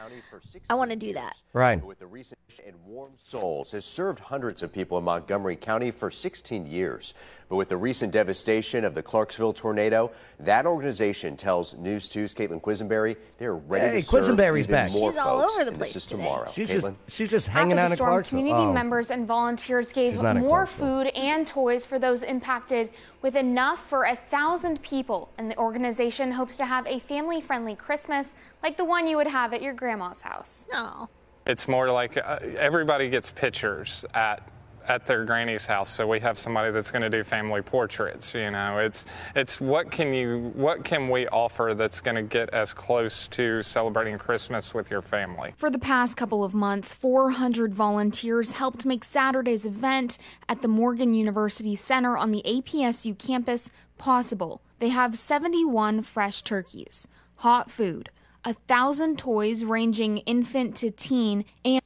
I want to do that.
Right.
With the recent and warm souls has served hundreds of people in Montgomery County for 16 years. But with the recent devastation of the Clarksville tornado, that organization tells News 2's Caitlin Quisenberry they're ready
Hey,
to serve
Quisenberry's
even
back.
more
She's all
folks,
over the
and
place
This is
today.
tomorrow.
She's
Caitlin?
just she's just hanging out
After the
in
storm,
Clarksville.
community
Oh.
members and volunteers gave
She's not in
more
Clarksville.
food and toys for those impacted, with enough for a thousand people. And the organization hopes to have a family-friendly Christmas like the one you would have at your grandma's house.
No.
It's more like uh, everybody gets pictures at at their granny's house, so we have somebody that's going to do family portraits. You know, it's it's what can you what can we offer that's going to get us close to celebrating Christmas with your family?
For the past couple of months, 400 volunteers helped make Saturday's event at the Morgan University Center on the APSU campus possible. They have 71 fresh turkeys, hot food, a thousand toys ranging infant to teen, and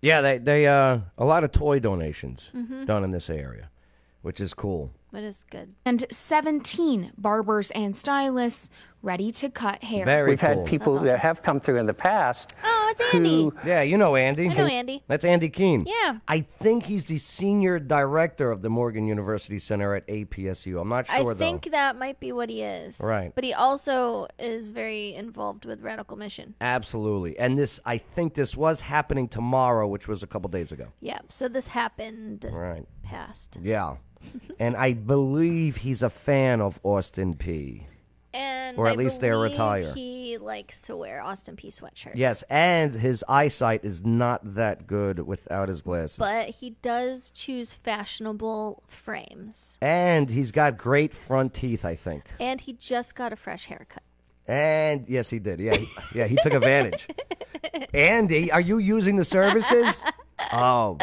Yeah, they they uh a lot of toy donations
Mm-hmm.
Mhm.
done in this area, which is cool.
But it's good.
and 17 barbers and stylists ready to cut hair.
Very
We've
cool.
had people that have come through in the past.
Oh, it's
Andy.
Yeah, you know Andy.
I know Andy.
That's Andy Keene.
Yeah.
I think he's the senior director of the Morgan University Center at APSU. I'm not sure
I
though.
think that might be what he is.
Right.
But he also is very involved with Radical Mission.
Absolutely. And this I think this was happening tomorrow, which was a couple days ago.
Yeah. So this happened
Right.
past.
Yeah. and I believe he's a fan of Austin P.
And
or
I
at least they're
believe
retired.
He likes to wear Austin P sweatshirts.
Yes, and his eyesight is not that good without his glasses.
But he does choose fashionable frames.
and he's got great front teeth, I think.
And he just got a fresh haircut.
And yes, he did. Yeah, he- yeah, he took
<laughs>
advantage. Andy, are you using the services? Oh,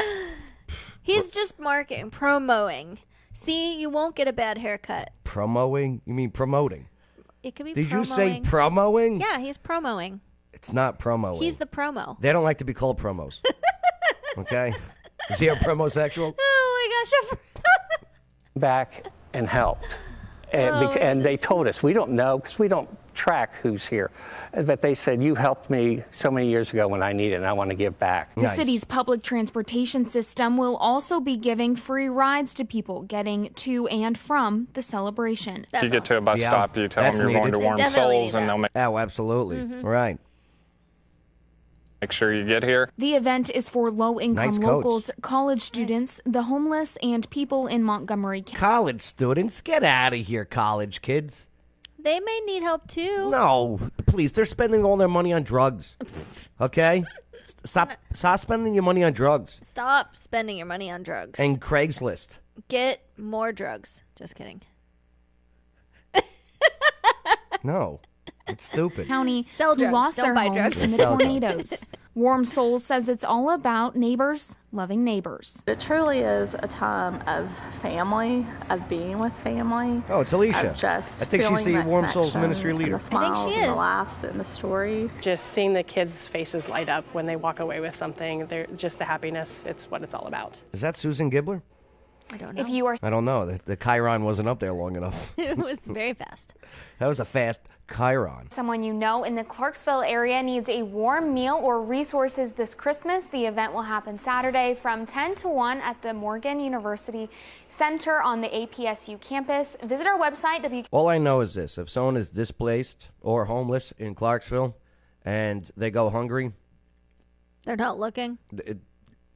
He's just marketing, promoing. See, you won't get a bad haircut.
promoting? You mean promoting?
It could be
Did
promoing.
you say promoing?
Yeah, he's promoing.
It's not promoing.
He's the promo.
They don't like to be called
<laughs>
promos. okay? Is he a promosexual?
Oh my gosh.
back and helped. And,
Oh,
bec- and they told us, we don't know because we don't track who's here. Uh, But they said, you helped me so many years ago when I needed it and I want to give back.
The city's public transportation system will also be giving free rides to people getting to and from the celebration.
you get to a bus stop, you tell them
that's
you're going to
needed.
Warm
Definitely
Souls, and they'll make,
Oh, absolutely.
Mhm.
Right.
make sure you get here.
The event is for low income
Nice coats.
locals, college students, the homeless, and people in Montgomery County.
College students, get out of here, college kids.
They may need help too.
No, please. They're spending all their money on drugs. Okay? S- Stop, stop spending your money on drugs
Stop spending your money on drugs.
and Craigslist.
Get more drugs. Just kidding.
No, it's stupid.
County
Sell
who
drugs,
lost
don't
their
buy
homes
drugs.
in the
Sell drugs.
tornadoes. Warm Souls says it's all about neighbors loving neighbors.
It truly is a time of family, of
<laughs>
being with family.
Oh, it's Alicia.
Of just
I think she's
feeling
the
that
Warm Souls
connection
ministry
and
leader.
The smiles And the laughs and the stories.
Just seeing the kids' faces light up when they walk away with something, they're just the happiness. It's what it's all about.
Is that Susan Gibbler?
I don't know.
If you are
I don't know. The, the Chiron wasn't up there long enough. <laughs>
It
was very fast.
That was a fast Chiron.
Someone you know in the Clarksville area needs a warm meal or resources this Christmas. The event will happen Saturday from 10 to 1 at the Morgan University Center on the APSU campus. Visit our website, WK.
All I know is this if someone is displaced or homeless in Clarksville and they go hungry,
They're not looking.
th- it,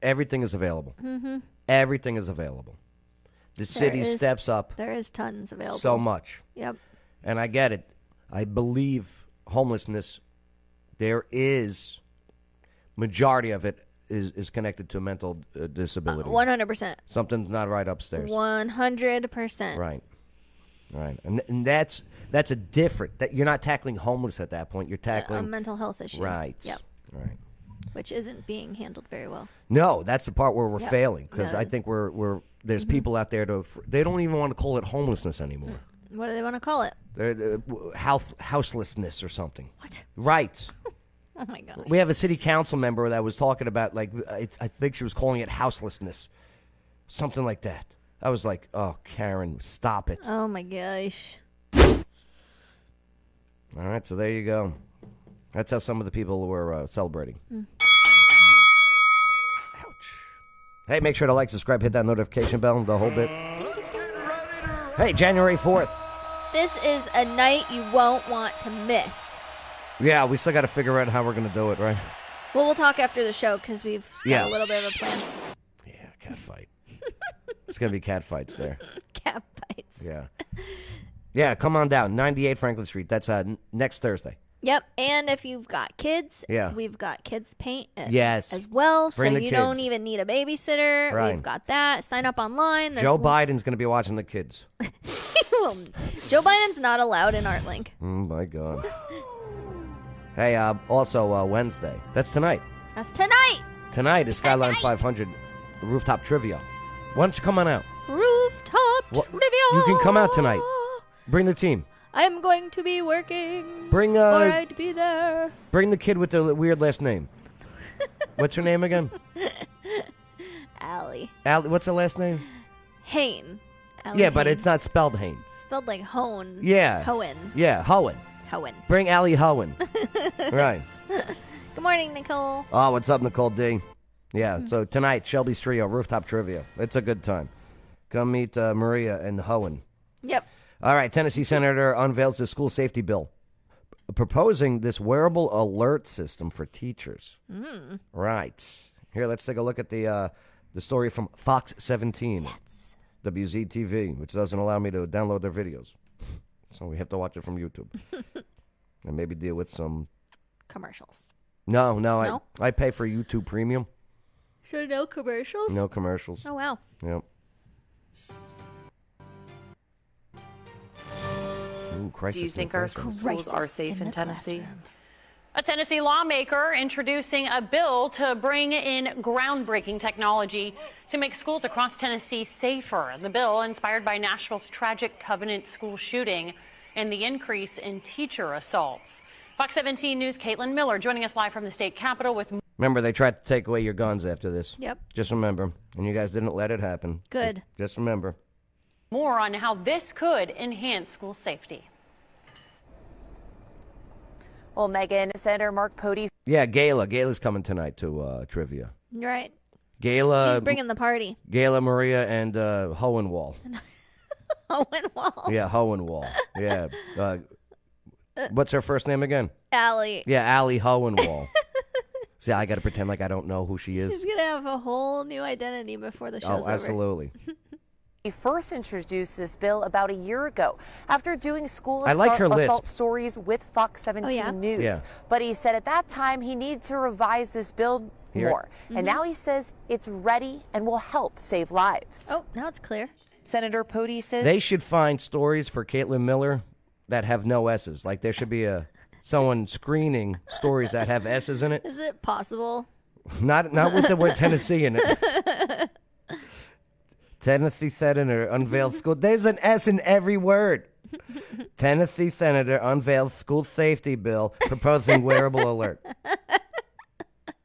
everything is available.
Mhm.
Everything is available. The city steps up
There is tons available.
so much.
Yep.
And I get it. I believe homelessness, there is, majority of it is, is connected to mental uh, disability.
One hundred percent.
Something's not right upstairs.
One hundred percent.
Right. Right. And, th- and that's that's a different that you're not tackling homeless at that point. You're tackling
A mental health issue.
Right.
Yep.
Right.
Which isn't being handled very well.
No, that's the part where we're
Yeah.
failing because I
No. Mm-hmm.
think we're we're there's people out there to they don't even want to call it homelessness anymore.
What do they want to call it?
They're, they're, w- house, houselessness or something.
What?
Right.
<laughs> <laughs> Oh my gosh.
We have a city council member that was talking about like I, I think she was calling it houselessness, something like that. I was like, oh Karen, stop it.
Oh my gosh.
All right, so there you go. That's how some of the people were uh, celebrating.
Mm.
Ouch. Hey, make sure to like, subscribe, hit that notification bell, the whole bit. Hey, January 4th.
This is a night you won't want to miss.
Yeah, we still got to figure out how we're going to do it, right?
Well, we'll talk after the show because we've got
Yeah.
a little bit of a plan. <laughs>
Yeah, cat fight. It's going to be cat fights there.
Cat bites.
Yeah. Yeah, come on down. 98 Franklin Street. That's uh, n- next Thursday.
Yep. And if you've got kids,
Yeah.
we've got kids paint a-
Yes.
as well.
Bring
so
the
you don't
kids.
even need a babysitter.
Right.
We've got that. Sign up online. There's
Joe
<laughs> li-
Biden's going to be watching the kids.
Well, <laughs> Joe Biden's not allowed in ArtLink.
Oh, my God. hey, uh, also uh, Wednesday. That's tonight.
That's tonight.
Tonight is Skyline 500 rooftop trivia. Why don't you come on out?
Rooftop
Wha-
trivia.
You can come out tonight. Bring the team.
I'm going to be working.
Bring
or
uh,
I'd be there.
bring the kid with the l- weird last
<laughs>
name. What's her name again?
Allie.
Al- what's her last name?
Hain. Allie
yeah, but
Hain.
it's not spelled Hain.
spelled like Hone.
Yeah.
Hohen.
Yeah, Hohen.
Hohen.
Bring Allie
<laughs>
Hohen. <laughs> right.
Good morning, Nicole.
Oh, what's up, Nicole D? Yeah, so tonight, Shelby's Trio, rooftop trivia. It's a good time. Come meet uh, Maria and Hohen.
Yep.
All right, Tennessee Senator unveils the school safety bill, proposing this wearable alert system for teachers.
<laughs> Mm.
Right. Here, let's take a look at the uh, the story from Fox 17. WZTV, which doesn't allow me to download their videos. So we have to watch it from YouTube. and maybe deal with some.
Commercials.
No, no,
No?
I, I pay for YouTube Premium.
So no commercials?
No commercials.
Oh, wow. <laughs>
Yep. Ooh, crisis
Do you
in
think our
classroom.
schools are safe in, Tennessee?
A Tennessee lawmaker introducing a bill to bring in groundbreaking technology to make schools across Tennessee safer. The bill, inspired by Nashville's tragic Covenant school shooting and the increase in teacher assaults. Fox 17 News' Caitlin Miller joining us live from the state capitol with
Remember, they tried to take away your guns after this.
Yep.
Just remember. And you guys didn't let it happen.
Good.
Just, just remember.
more on how this could enhance school safety.
Well, Megan, Senator Mark Pody
Yeah, Gayla. Gayla's coming tonight to uh, trivia.
Right.
Gayla.
She's bringing the party.
Gayla Maria and uh, Hohenwall.
Owen Wall.
Yeah, Hohenwall.
<laughs>
yeah. Uh, what's her first name again?
Allie.
Yeah, Allie Hohenwall. <laughs> See, I got to pretend like I don't know who she is.
She's going to have a whole new identity before the
oh,
show's over.
absolutely.
first introduced this bill about a year ago after doing school
I like
assault,
her
assault
lisp.
stories with Fox 17
Oh,
News.
Yeah.
But he said at that time he needed to revise this bill
Hear it?
more.
Mm-hmm.
And now he says it's ready and will help save lives.
Oh, now it's clear.
Senator Pody says
They should find stories for Caitlin Miller that have no S's. Like there should be a someone screening stories that have S's in it.
Is it possible?
Not not with the word Tennessee
<laughs>
in it. Tennessee Senator unveiled school. There's an S in every word. Tennessee Senator unveils school safety bill proposing wearable alert.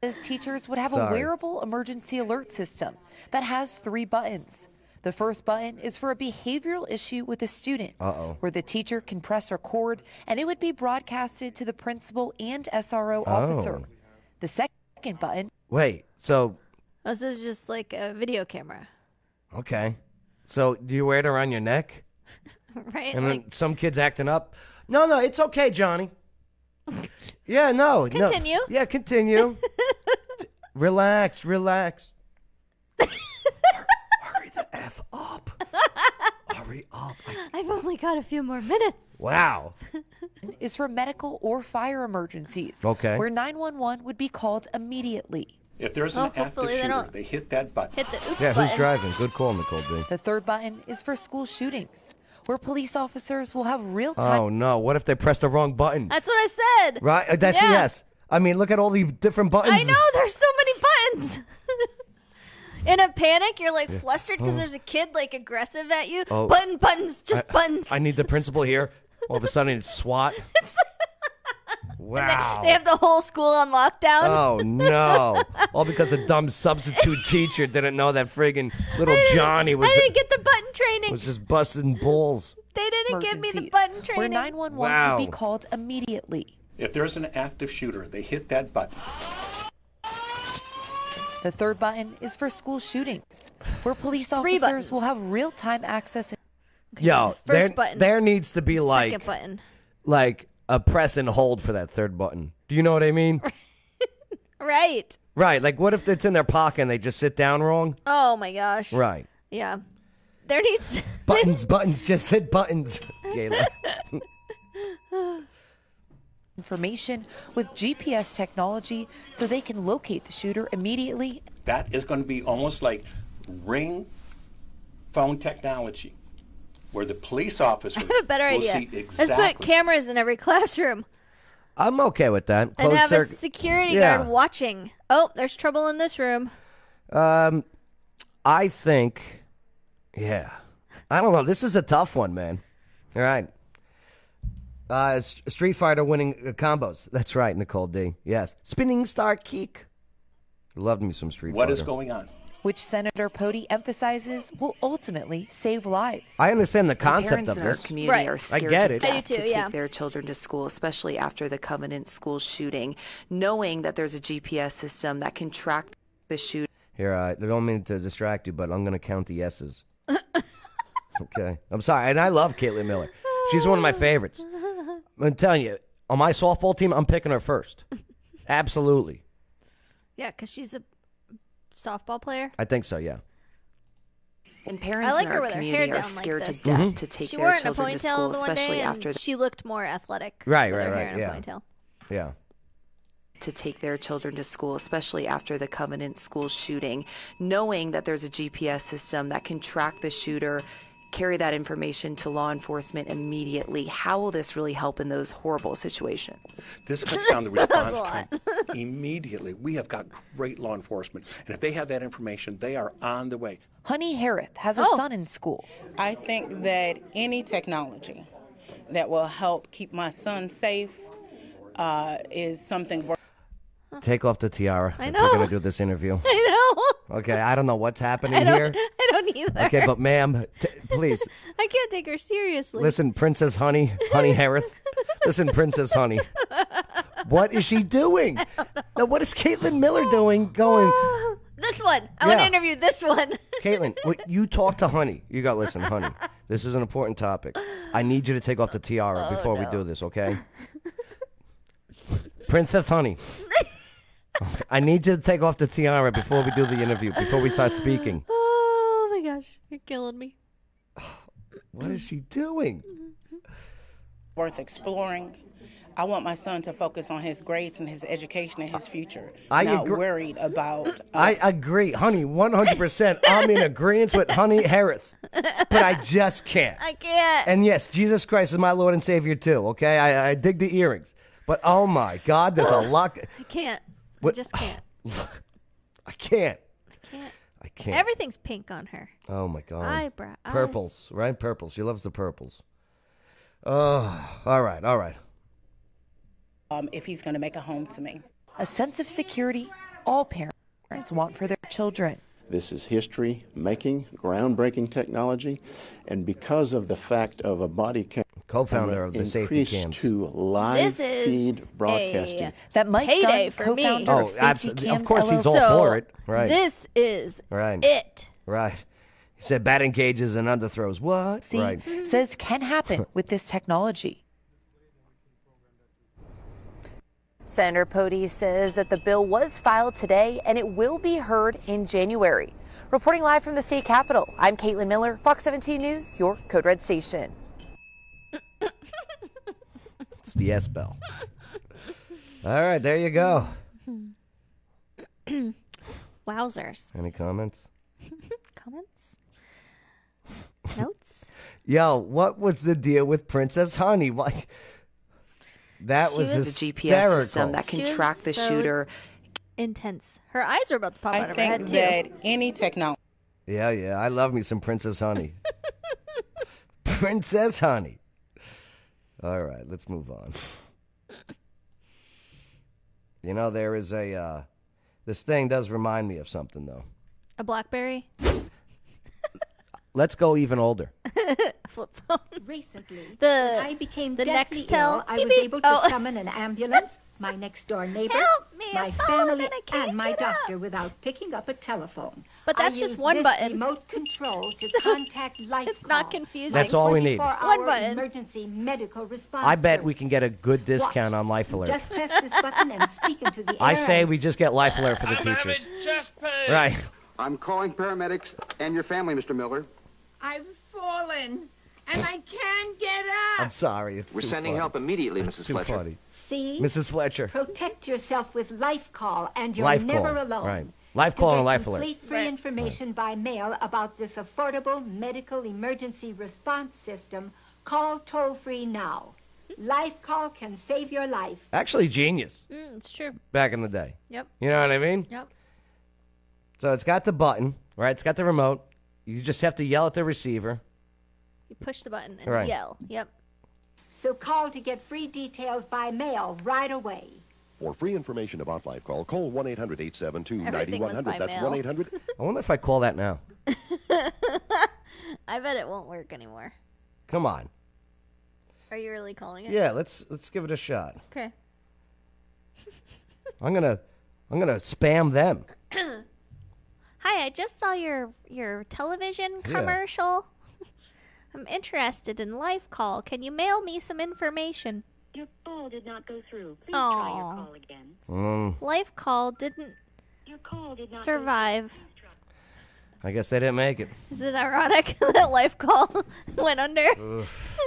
says teachers would have a
Sorry.
wearable emergency alert system that has three buttons. The first button is for a behavioral issue with a student,
Uh-oh.
where the teacher can press record and it would be broadcasted to the principal and SRO officer.
Oh.
The second button
Wait, so
Oh, so this is just like a video camera, <laughs>
okay. So do you wear it around your neck?
right?
And
like,
then some kid's acting up. No, no, it's okay, Johnny. Yeah, no. no.
Continue.
Yeah,
<laughs>
continue. relax, relax.
<laughs> I've only got a few more minutes.
Wow.
is for medical or fire emergencies,
Okay.
where 911 would be called immediately.
If there's
Well,
an active
hopefully they
shooter,
don't-
they hit that button.
Hit the
Yeah, who's driving? Good call, Nicole B.
The third button is for school shootings, where police officers will have real time.
Oh no! What if they press the wrong button?
That's what I
<laughs>
said.
Right? Uh, That's
Yeah.
yes. I mean, look at all the different buttons.
I know there's so many buttons. <laughs> In a panic, you're like
Yeah.
flustered because
Oh.
there's a kid like aggressive at you.
Oh.
Button, buttons, just
I-
buttons.
I need the principal here. All of a sudden, it's
<laughs>
SWAT. wow.
They have the whole school on lockdown.
Oh
<laughs>
no! All because a dumb substitute teacher didn't know that friggin' little Johnny was
I didn't get the button training.
was just busting bulls.
they didn't give me the
emergencies,
button
Where
training.
911 would
Wow.
be called immediately.
If there's an active shooter, they hit that button.
The third button is for school shootings, where police
three
officers
buttons.
will have real time access.
Yo,
first
there,
button.
there needs to be like
Second button.
like a press and hold for that third button. Do you know what I mean?
Right.
right. Like, what if it's in their pocket and they just sit down wrong?
Oh my gosh. <laughs>
Right.
Yeah. There needs.
Buttons, buttons, just hit
<laughs>
buttons. Gayla. <laughs>
Information with GPS technology so they can locate the shooter immediately.
That is going to be almost like ring phone technology, where the police officers
<laughs> I <laughs> have a better
will
idea.
see
Let's put
exactly.
cameras in every classroom
I'm okay with that.
and have a
circuit-
security
Yeah.
guard watching. Oh, there's trouble in this room.
Um, I think, yeah, I don't know. This is a tough one, man. All right. Uh, S- Street Fighter winning uh, combos. That's right, Nicole D. Yes, spinning star kick. Loved me some Street
What
Fighter.
is going on?
Which Senator Pody emphasizes will ultimately save lives.
I understand the
The parents
concept of
in our
this.
community Right.
I
are scared
get
to
it.
death.
have
too,
to take
yeah.
their children to school, especially after the Covenant school shooting, knowing that there's a GPS system that can track the shooter.
Here, I I don't mean to distract you, but I'm going to count the S's. <laughs> okay. I'm sorry. And I love Caitlin Miller. She's one of my favorites. I'm telling you, on my softball team, I'm picking her first. Absolutely.
Yeah, because she's a softball player.
I think so, yeah.
And parents
I like
in
her
our
with her hair
community
down
are scared
like
to
this.
death to take
she
their
wore it in a ponytail
children to school,
the one
especially
day, and
after
she looked more athletic.
Right,
with
right,
her hair
right,
in a
yeah.
ponytail.
Yeah.
to take their children to school, especially after the Covenant school shooting, knowing that there's a GPS system that can track the shooter, carry that information to law enforcement immediately. How will this really help in those horrible situations?
This cuts
<laughs>
down the response time immediately. We have got great law enforcement, and if they have that information, they are on the way.
Honey Harith has
Oh.
a son in school.
I think that any technology that will help keep my son safe uh, is something worth.
Take off the tiara.
I
if
know.
We're gonna do this interview.
<laughs> I
know. Okay, I don't know what's happening
I don't.
here.
<laughs> I don't either.
Okay, but ma'am, t- please
<laughs> I can't take her seriously.
listen, Princess Honey, Honey Harith. Listen, Princess Honey. What is she doing? Now, what is Caitlin Miller doing? Going,
this one. I
Yeah.
want to interview this one.
Caitlin, what- you talk to Honey. You got listen, Honey. This is an important topic. I need you to take off the tiara
Oh,
before we
no.
do this, okay? Princess
<laughs>
Honey. I need you to take off the tiara before we do the interview, before we start speaking.
<laughs> Oh my gosh, you're killing me.
What is she doing?
worth exploring. I want my son to focus on his grades and his education and his future.
I
not
agree-
worried about.
I agree, honey, 100%. I'm in agreement with Honey Harith, but I just can't.
<laughs> I can't.
And yes, Jesus Christ is my Lord and Savior too, okay? I, I dig the earrings. But oh my God, there's a lot.
I can't.
What-
I just can't.
I can't. <sighs> I can't.
Everything's pink on her. <clears throat>
Oh my God.
Eyebrow- eye-
Purples, right? Purples. She loves the purples. Oh, all right, all right.
Um, if he's going to make a home to me.
A sense of security all parents want for their children.
This is history making, groundbreaking technology. And because of the fact of a body cam,
co founder of the safety cams.
to live feed broadcasting.
that Mike
payday
Dunn,
for me.
co-founder
Oh, abso- of course he's all
So,
for it, right.
This is
Right.
it.
Right. He said batting cages and underthrows. What?
See,
right.
says can happen with this technology.
<laughs> Senator Pody says that the bill was filed today and it will be heard in January. Reporting live from the state capitol, I'm Caitlin Miller, Fox 17 News, your Code Red station.
It's the S bell. all right, there you go.
Wowzers. <laughs>
Any comments?
Comments? Notes?
Yo, what was the deal with Princess Honey? Why? That was,
the
hysterical.
GPS system that can
She was
track the
so
shooter.
Intense. Her eyes are about to pop out
I
of her head
think
too.
that any technology.
Yeah, yeah. I love me some Princess
<laughs>
Honey. Princess Honey. All right, let's move on. You know, there is a. Uh, this thing does remind me of something, though.
A blackberry. <laughs>
Let's go even older.
Flip phone.
Recently,
The-
when I became
the
deathly
Nextel.
ill, I
Beep,
was
beep.
able to
Oh.
summon an ambulance, my next
<laughs>
door neighbor,
Help me,
my
I'm falling
family,
and I can't
and my
get
doctor without picking up a telephone.
But
I
that's just
used
one
this
button. <laughs>
Remote control to contact life. It's
not confusing.
That's all we need.
One button.
Emergency medical response.
I bet we
service.
can get a good discount
Watch.
on Life Alert.
Just press this button and speak into the
<laughs> I
air.
say we just get Life Alert for the teachers. Right.
I'm calling paramedics and your family, Mr. Miller.
I've fallen, and I can't get
I'm sorry. It's
We're
too
sending
funny.
help immediately,
It's
Mrs.
too
Fletcher.
funny.
See?
Mrs. Fletcher.
Protect yourself with Life Call, and you're
Life
never
Call,
alone.
right. Life
To
Call
get
and Life Alert.
complete free information by mail about this affordable medical emergency response system. Call toll free now. Life Call can save your life.
Actually, genius
Mm, it's true.
back in the day.
Yep.
You know what I mean?
Yep.
So it's got the button, right? It's got the remote. You just have to yell at the receiver.
You push the button and
Right.
yell. Yep.
So call to get free details by mail right away.
For free information about Life Call, call 1 800 872
Everything was by
9100. That's
mail.
1 800.
<laughs> I wonder if I call that now.
<laughs> I bet it won't work anymore.
Come on.
Are you really calling it?
Yeah, let's let's give it a shot.
Okay.
I'm gonna I'm gonna spam them.
<coughs> Hi, I just saw your your television
Yeah.
commercial. <laughs> I'm interested in life call. Can you mail me some information?
Your call did not go through. Please try your
Aw.
call again.
Mm.
Life call didn't
Your call did not go
survive
I guess they didn't make it.
Is it ironic <laughs> that life call <laughs> went under? <laughs>
Oof.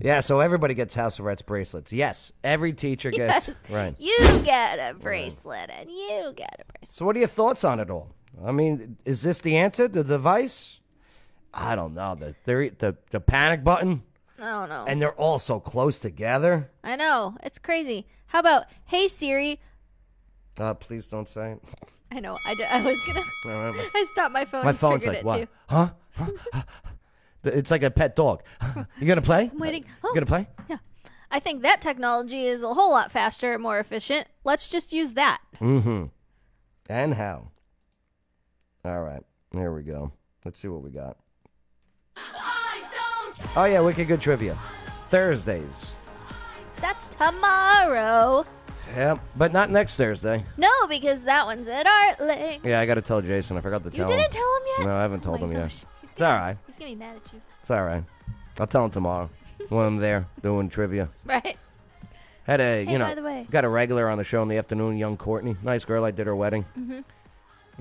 Yeah, so everybody gets House of Rats bracelets. Yes, every teacher gets
Yes.
right.
You get a bracelet and you get a bracelet.
So, what are your thoughts on it all? I mean, is this the answer? The device? I don't know. The theory, the the panic button,
I don't know.
and they're all so close together.
Oh, I know. It's crazy. How about, hey Siri?
Uh, please don't say it.
I know. I, d- I was gonna.
All right, my-
I stopped my phone.
My
and
phone's
triggered
like, what?
it Too.
Huh? Huh? Huh? it's like a pet
<laughs>
dog. you gonna play?
I'm waiting. <gasps>
You gonna play?
I think that technology is a whole lot faster and more efficient. Let's just use that.
Mm-hmm. And how? All right, here we go. Let's see what we got. Oh yeah, wicked good trivia. Thursdays.
That's tomorrow.
Yeah, but not next Thursday.
No, because that one's at Artley.
Yeah, I got to tell Jason. I forgot to
You
tell him.
didn't tell him yet? Oh
No, I haven't told him yet. It's all right.
He's gonna be mad at you,
It's all right. I'll tell him tomorrow when I'm there doing trivia.
<laughs> right?
Had a
Hey,
you know
by the way.
got a regular on the show in the afternoon, young Courtney, nice girl. I did her wedding.
Mm-hmm.
hmm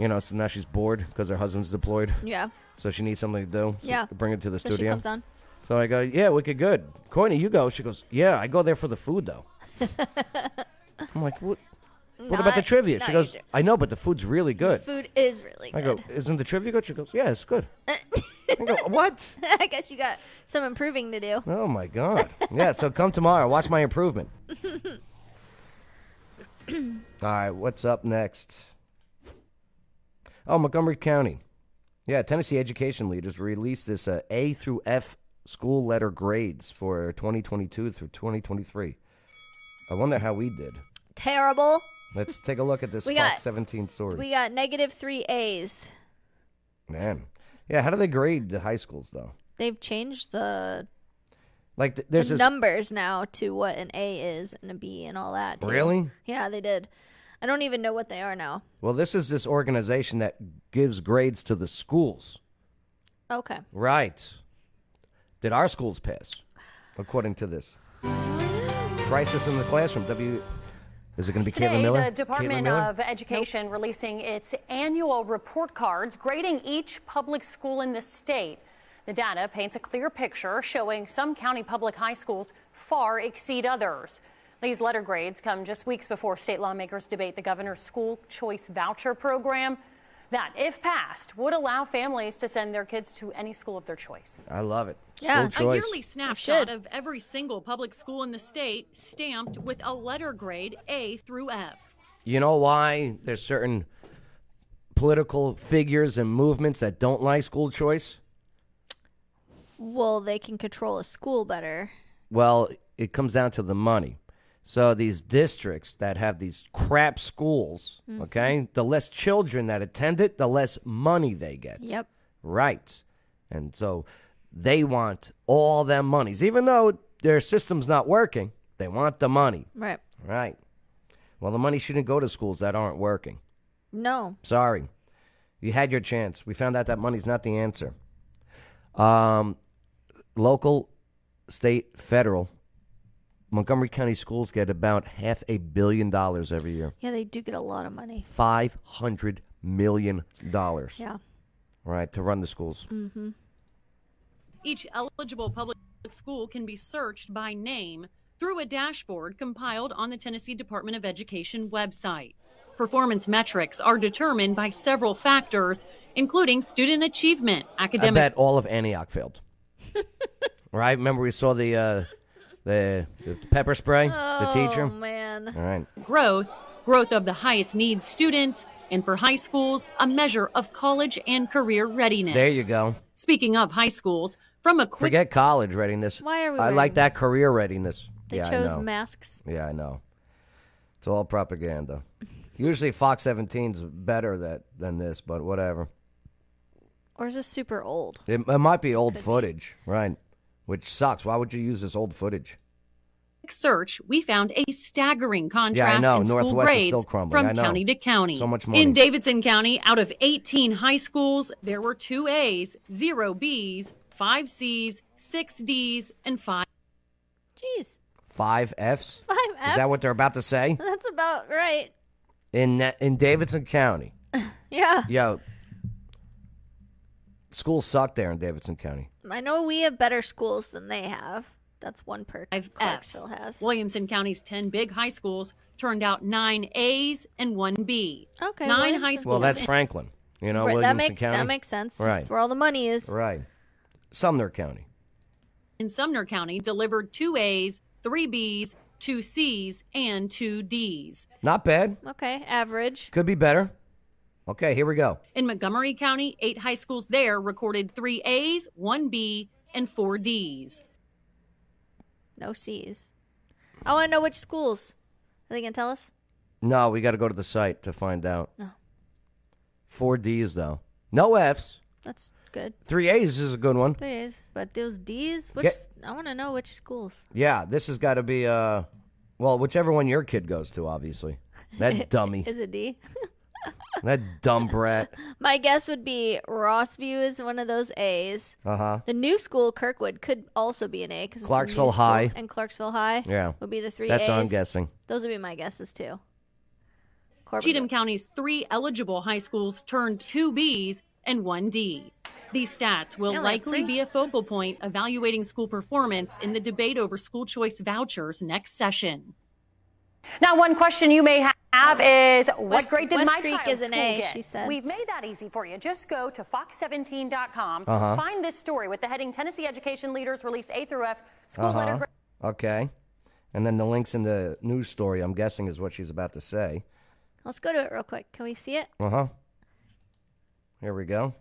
You know, so now she's bored because her husband's deployed.
Yeah.
So she needs something to do. So
Yeah.
Bring her to the
So she
studio.
comes on.
So I go, yeah, wicked good. Courtney, you go. She goes, yeah, I go there for the food though. I'm like, what? What about the
Not-
trivia?
not
She goes,
usually.
I know, but the food's really good.
Food is really
I
good.
go, isn't the trivia good? She goes, yeah, it's good. I
<laughs>
go, what?
I guess you got some improving to do. <laughs>
Oh my god. Yeah. So come tomorrow. Watch my improvement. All right, what's up next? Oh, Montgomery County. Yeah, Tennessee education leaders released this uh, A through F school letter grades for 2022 through 2023. I wonder how we did.
Terrible.
Let's take a look at this
<laughs> We
Fox
got-
17 story.
We got negative three A's.
Man. Yeah, how do they grade the high schools, though?
They've changed the,
Like, th-
the
there's this.
numbers now to what an A is and a B and all that. too.
Really?
Yeah, they did. I don't even know what they are now.
Well, this is this organization that gives grades to the schools.
Okay.
Right. Did our schools pass? According to this. Crisis in the classroom. W. Is it going to be Caitlin
Today,
Miller?
the
Caitlin
Department
Miller?
of Education releasing its annual report cards grading each public school in the state. The data paints a clear picture showing some county public high schools far exceed others. These letter grades come just weeks before state lawmakers debate the governor's school choice voucher program that, if passed, would allow families to send their kids to any school of their choice.
I love it.
Yeah,
School
a
choice.
yearly snapshot of every single public school in the state stamped with a letter grade A through F.
You know why there's certain political figures and movements that don't like school choice?
Well, they can control a school better.
Well, it comes down to the money. So these districts that have these crap schools,
Mm.
Mhm.
okay, the less children that attend it, the less money they get.
Yep.
Right. And so they want all them monies. Even though their system's not working, they want the money.
Right.
Right. Well, the money shouldn't go to schools that aren't working.
No.
Sorry. You had your chance. We found out that money's not the answer. Um, local, state, federal, Montgomery County schools get about half a billion dollars every year.
Yeah, they do get a lot of money.
Five hundred million dollars.
Yeah.
Right, to run the schools.
Mm-hmm. Each eligible public school can be searched by name through a dashboard compiled on the Tennessee Department of Education website. Performance metrics are determined by several factors, including student achievement,
I
academic
bet all of Antioch
<laughs>
failed. right? Remember we saw the uh, the, the pepper spray? the teacher?
Oh, man.
All right.
growth, growth of the highest needs students, and for high schools, a measure of college and career readiness.
There you go.
Speaking of high schools, from a quick
Forget college readiness.
Why are we
I
wearing-
like that career readiness.
They
yeah, I
chose
know.
masks.
Yeah, I know. It's all
<laughs>
propaganda. Usually Fox 17's better that than this, but whatever.
Or is this super old? <laughs>
It, it might be old footage, right? Which sucks. Why would you use this old footage?
search, we found a staggering contrast
yeah, I know.
in school
Northwest
grades
is still crumbling.
from
I know.
county to county.
So much money.
in Davidson County, out of 18 high schools, there were two A's, zero B's, five C's, six D's, and five.
Jeez,
Five Fs.
Five
Is
Fs?
that what they're about to say
that's about right.
in Na- in Davidson County?
Yeah.
Yo, Schools suck there in Davidson County.
I know we have better schools than they have. That's one perk Clarksville
Fs.
has.
Williamson County's 10 big high schools turned out nine A's and one B.
Okay,
Nine
Williamson-
high schools.
Well, that's
in-
Franklin. You know,
Right, that
Williamson
make-
County.
that makes sense.
Right.
That's where all the money is.
Right. Sumner County.
in Sumner County delivered two A's, three B's, two C's, and two D's.
Not bad.
Okay, average.
Could be better. Okay, here we go.
In Montgomery County, eight high schools there recorded three A's, one B, and four D's.
No C's. I want to know which schools. Are they going to tell us?
No, we got to go to the site to find out.
No.
Four D's though. No F's.
That's good.
Three A's is a good one.
There it is. But those D's, which
Get-
I want to know which schools.
Yeah, this has got to be uh, well, whichever one your kid goes to, obviously.
<laughs>
That dummy,
is it D?
that dumb brat.
My guess would be Rossview is one of those A's.
Uh huh.
<laughs> The new school, Kirkwood, could also be an A because
Clarksville
it's a new school,
High.
and Clarksville High.
Yeah.
would be the three.
That's
A's.
what I'm guessing.
Those would be my guesses too.
Cheatham County's three eligible high schools turned two B's and one D. These stats will
Yeah, like
likely
three.
be a focal point evaluating school performance in the debate over school choice vouchers next session.
Now, one question you may have is what
West-
grade did
West
my
Creek is
child's
an
school
A,
get?
she said.
We've made that easy for you. Just go to fox17.com,
Uh-huh.
find this story with the heading Tennessee Education Leaders Release A through F School
Uh
Letter
huh.
Grade.
Okay, and then the links in the news story. I'm guessing is what she's about to say.
Let's go to it real quick. Can we see it? <laughs>
Uh huh. Here we go.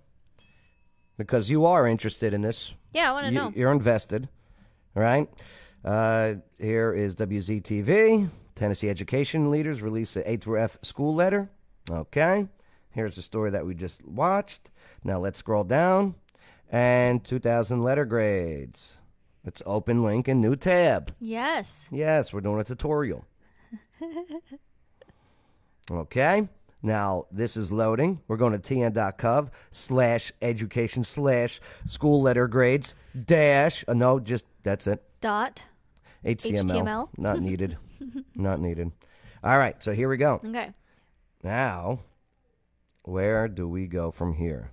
Because you are interested in this.
Yeah, I wanna
You-
know.
You're invested, right? Uh, here is WZTV. Tennessee education leaders release the A through F school letter. Okay. Here's the story that we just watched. Now let's scroll down. And 2000 letter grades. Let's open link in new tab.
Yes.
Yes, we're doing a tutorial. Okay. Now this is loading. We're going to tn.gov slash education slash school letter grades dash. Uh, no, just that's it.
Dot.
HTML.
HTML.
Not
<laughs>
needed. Not needed. All right. So here we go.
Okay.
Now, where do we go from here?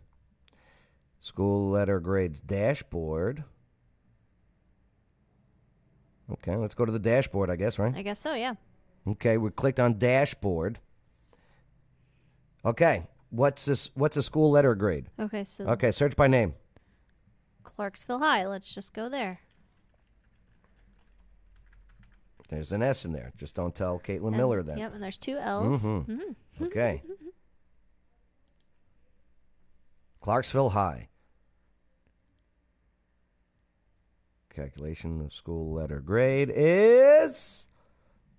School letter grades dashboard. Okay, let's go to the dashboard, I guess, right?
I guess so. Yeah.
Okay, we clicked on dashboard. Okay, what's this? What's a school letter grade?
Okay. So
Okay, search by name.
Clarksville High. Let's just go there.
There's an S in there. Just don't tell Caitlin
And-
Miller that.
Yep. And there's two L's.
Mhm.
Mhm. <laughs>
Okay. Clarksville High. Calculation of school letter grade is.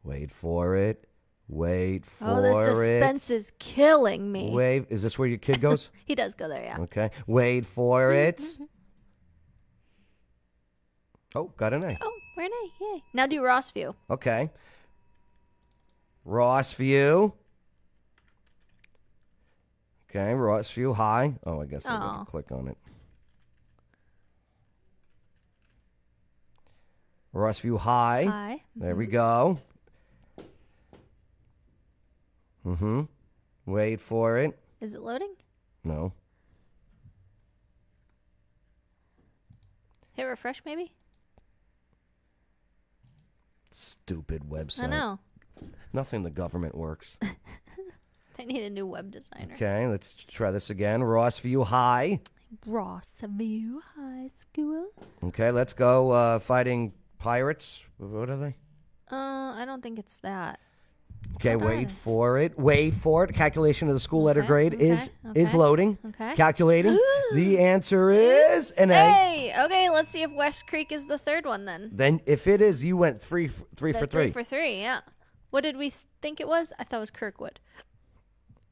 Wait for it. Wait for
Oh, the suspense
it.
is killing me.
Wave. Is this where your kid goes?
<laughs> He does go there. Yeah.
Okay. Wait for it.
Mm-hmm.
Oh, got an A.
Oh, we're an A. Yay. Now do Rossview.
Okay. Rossview. Okay, Rossview High. Oh, I guess I
Aw.
didn't click on it. Rossview High.
High.
There we go. Mm-hmm. Wait for it.
Is it loading?
No.
Hit refresh, maybe?
Stupid website.
I know.
Nothing the government works. <laughs>
They need a new web designer.
Okay, let's try this again. Rossview High.
Rossview High School.
Okay, let's go uh, fighting pirates. What are they?
Uh, I don't think it's that.
Okay, wait for it. Wait for it. Calculation of the school letter
Ah. Okay,
grade
okay,
is is
okay,
loading.
okay.
Calculating. the answer is an A.
Hey, okay, let's see if West Creek is the third one then.
Then if it is, you went three f- three
The
for three.
for three, yeah. What did we s- think it was? I thought it was Kirkwood.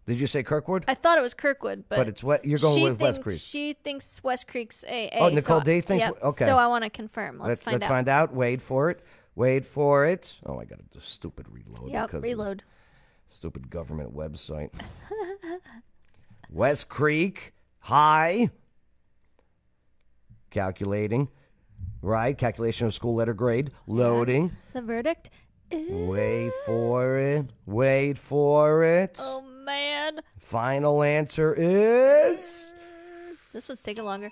Did you say Kirkwood?
I thought it was Kirkwood, but
But it's what- you're going
she
with West
thinks-
Creek.
She thinks West Creek's A.
Oh, Nicole
so,
D thinks-
yep,
okay.
So I want to confirm. Let's,
let's
find
let's
out.
find out. Wait for it. Wait for it. Oh, I got a stupid reload.
Yep,
because of
reload.
Stupid government website. <laughs> West Creek High. Calculating. Right. Calculation of school letter grade. Loading.
<laughs> The verdict.
Wait for it. Wait for it.
Oh man.
Final answer is
This one's taking longer.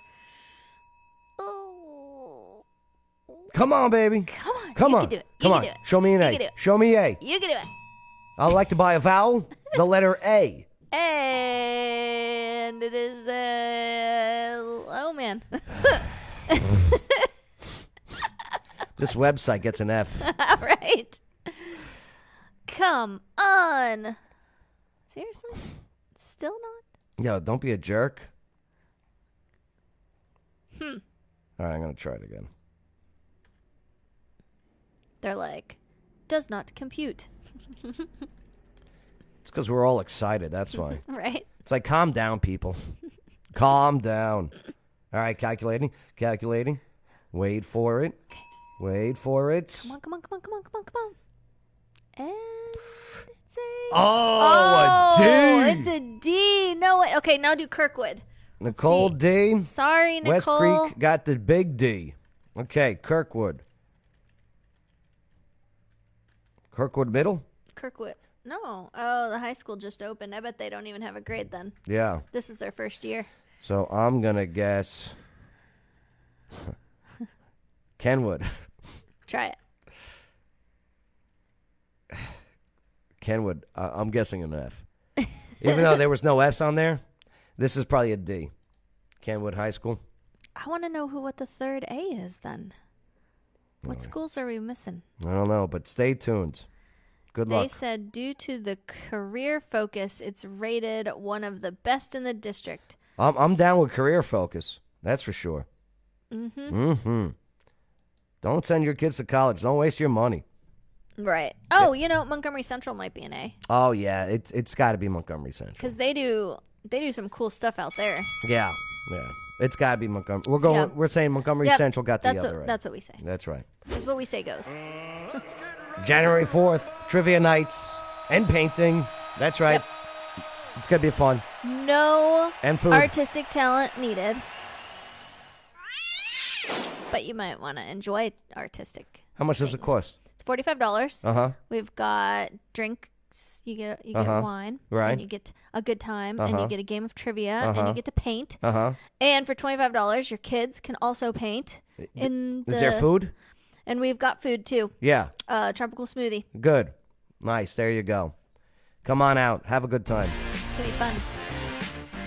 Come on, baby. Come on. Come
you
on.
can do it. You
Come
can
on.
do it.
Show me an
You
A.
can do it.
Show me A.
You can do it.
I'd like to buy a vowel, the letter A.
And it is uh oh
<sighs>
man. <laughs>
This website gets an F.
All <laughs> right. Come on. Seriously? Still not?
Yo, don't be a jerk.
Hmm.
All right, I'm going to try it again.
They're like does not compute. <laughs>
It's because we're all excited. That's why.
right?
It's like, calm down, people. calm down. All right, calculating, calculating. Wait for it. Wait for it.
Come on, come on, come on, come on, come on, come on. And it's a
Oh, a D.
It's a D. No way. Okay, now do Kirkwood.
Nicole D.
Sorry,
West
Nicole.
Creek got the big D. Okay, Kirkwood. Kirkwood Middle?
Kirkwood. No. Oh, the high school just opened. I bet they don't even have a grade then.
Yeah.
This is their first year.
So I'm going to
<laughs>
guess Kenwood. <laughs>
Try it.
Kenwood, uh, I'm guessing an F. Even though there was no F's on there, this is probably a D. Kenwood High School.
I want to know who what the third A is then. What schools are we missing?
I don't know, but stay tuned. Good
they
luck.
said due to the career focus, it's rated one of the best in the district.
I'm, I'm down with career focus. That's for sure.
Mm-hmm.
hmm Don't send your kids to college. Don't waste your money.
Right. Oh, you know Montgomery Central might be an A
Oh yeah, it's it's got to be Montgomery Central.
<laughs> because they do they do some cool stuff out there.
Yeah, yeah, it's got to be Montgomery. We're going.
Yeah.
We're saying Montgomery
Yep,
Central got the
that's
other
what-
right.
that's what we say.
That's right.
That's what we say goes.
January fourth, trivia nights and painting. That's right. It's gonna be fun.
no
And food.
artistic talent needed. But you might want to enjoy artistic.
How much does it cost?
It's forty five dollars.
Uh huh.
We've got drinks. You get you get
Uh-huh.
wine,
Right.
And you get a good time, and
Uh-huh.
you get a game of trivia, and
Uh-huh.
you get to paint.
Uh huh.
And for twenty five dollars, your kids can also paint. In
Is there
the-
food?
And we've got food too.
Yeah.
Uh, tropical smoothie.
Good. Nice. There you go. Come on out. Have a good time.
It's gonna be fun.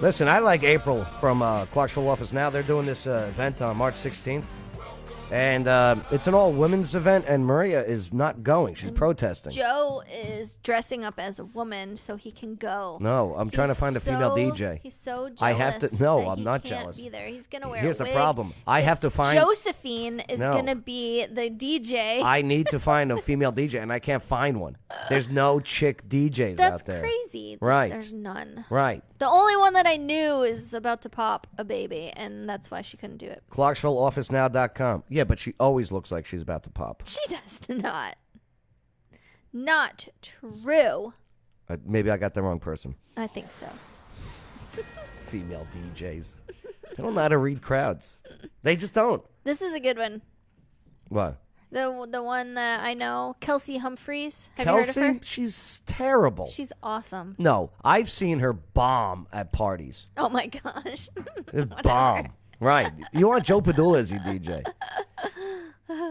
Listen, I like April from uh, Clarksville Office Now. They're doing this uh, event on March 16th. And uh, it's an all women's event, and Maria is not going. She's protesting.
Joe is dressing up as a woman so he can go.
No, I'm trying to find a female
so-
DJ.
He's so jealous.
I have to- no,
that
I'm
he
not
can't
jealous.
Be there. He's gonna wear. a
Here's the
wig.
problem I have to find.
Josephine is
No.
gonna be the DJ.
I need to find a female DJ, and I can't find one. There's no chick DJs
That's
out there.
crazy. that
Right.
There's none.
Right.
The only one that I knew is about to pop a baby, and that's why she couldn't do it.
ClarksvilleOfficeNow.com. Yeah, but she always looks like she's about to pop.
She <laughs> does not. Not true.
Uh, maybe I got the wrong person.
I think so.
Female DJs. They don't know how to read crowds. They just don't.
This is a good one.
What?
The the one that I know, Kelsey Humphreys. Have
Kelsey?
you heard of her?
She's terrible.
She's awesome.
No, I've seen her bomb at parties.
Oh my gosh. <laughs>
bomb. Right. You want Joe Padula as your DJ.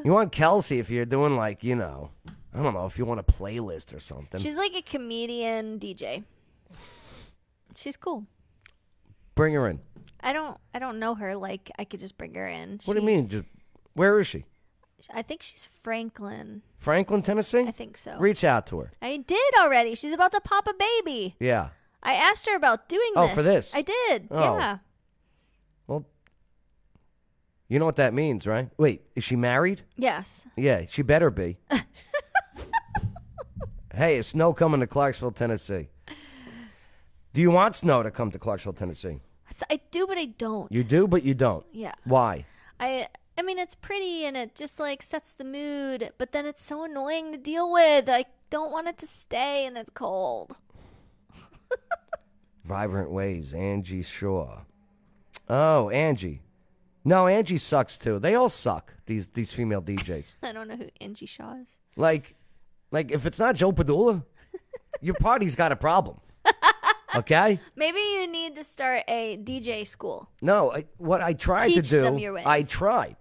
You want Kelsey if you're doing like, you know, I don't know, if you want a playlist or something.
She's like a comedian DJ. She's cool.
Bring her in.
I don't I don't know her like I could just bring her in.
What do
She-
you mean? Just, where is she?
I think she's Franklin.
Franklin, Tennessee?
I think so.
Reach out to her.
I did already. She's about to pop a baby.
Yeah.
I asked her about doing
Oh,
this.
for this?
I did.
Oh.
Yeah.
Well, you know what that means, right? Wait, is she married?
Yes.
Yeah, she better
<laughs>
be. hey, it's snow coming to Clarksville, Tennessee. Do you want snow to come to Clarksville, Tennessee?
So I do, but I don't.
You do, but you don't.
Yeah.
Why?
I I mean it's pretty and it just like sets the mood, but then it's so annoying to deal with. I don't want it to stay and it's cold. <laughs>
Vibrant Ways, Angie Shaw. Oh, Angie. No, Angie sucks too. They all suck. These these female DJs.
I don't know who Angie Shaw is. <laughs>
Like, like if it's not Joe Padula, your party's got a problem. Okay?
Maybe you need to start a DJ school.
No, I, what I tried
Teach
to do,
them your ways.
I tried.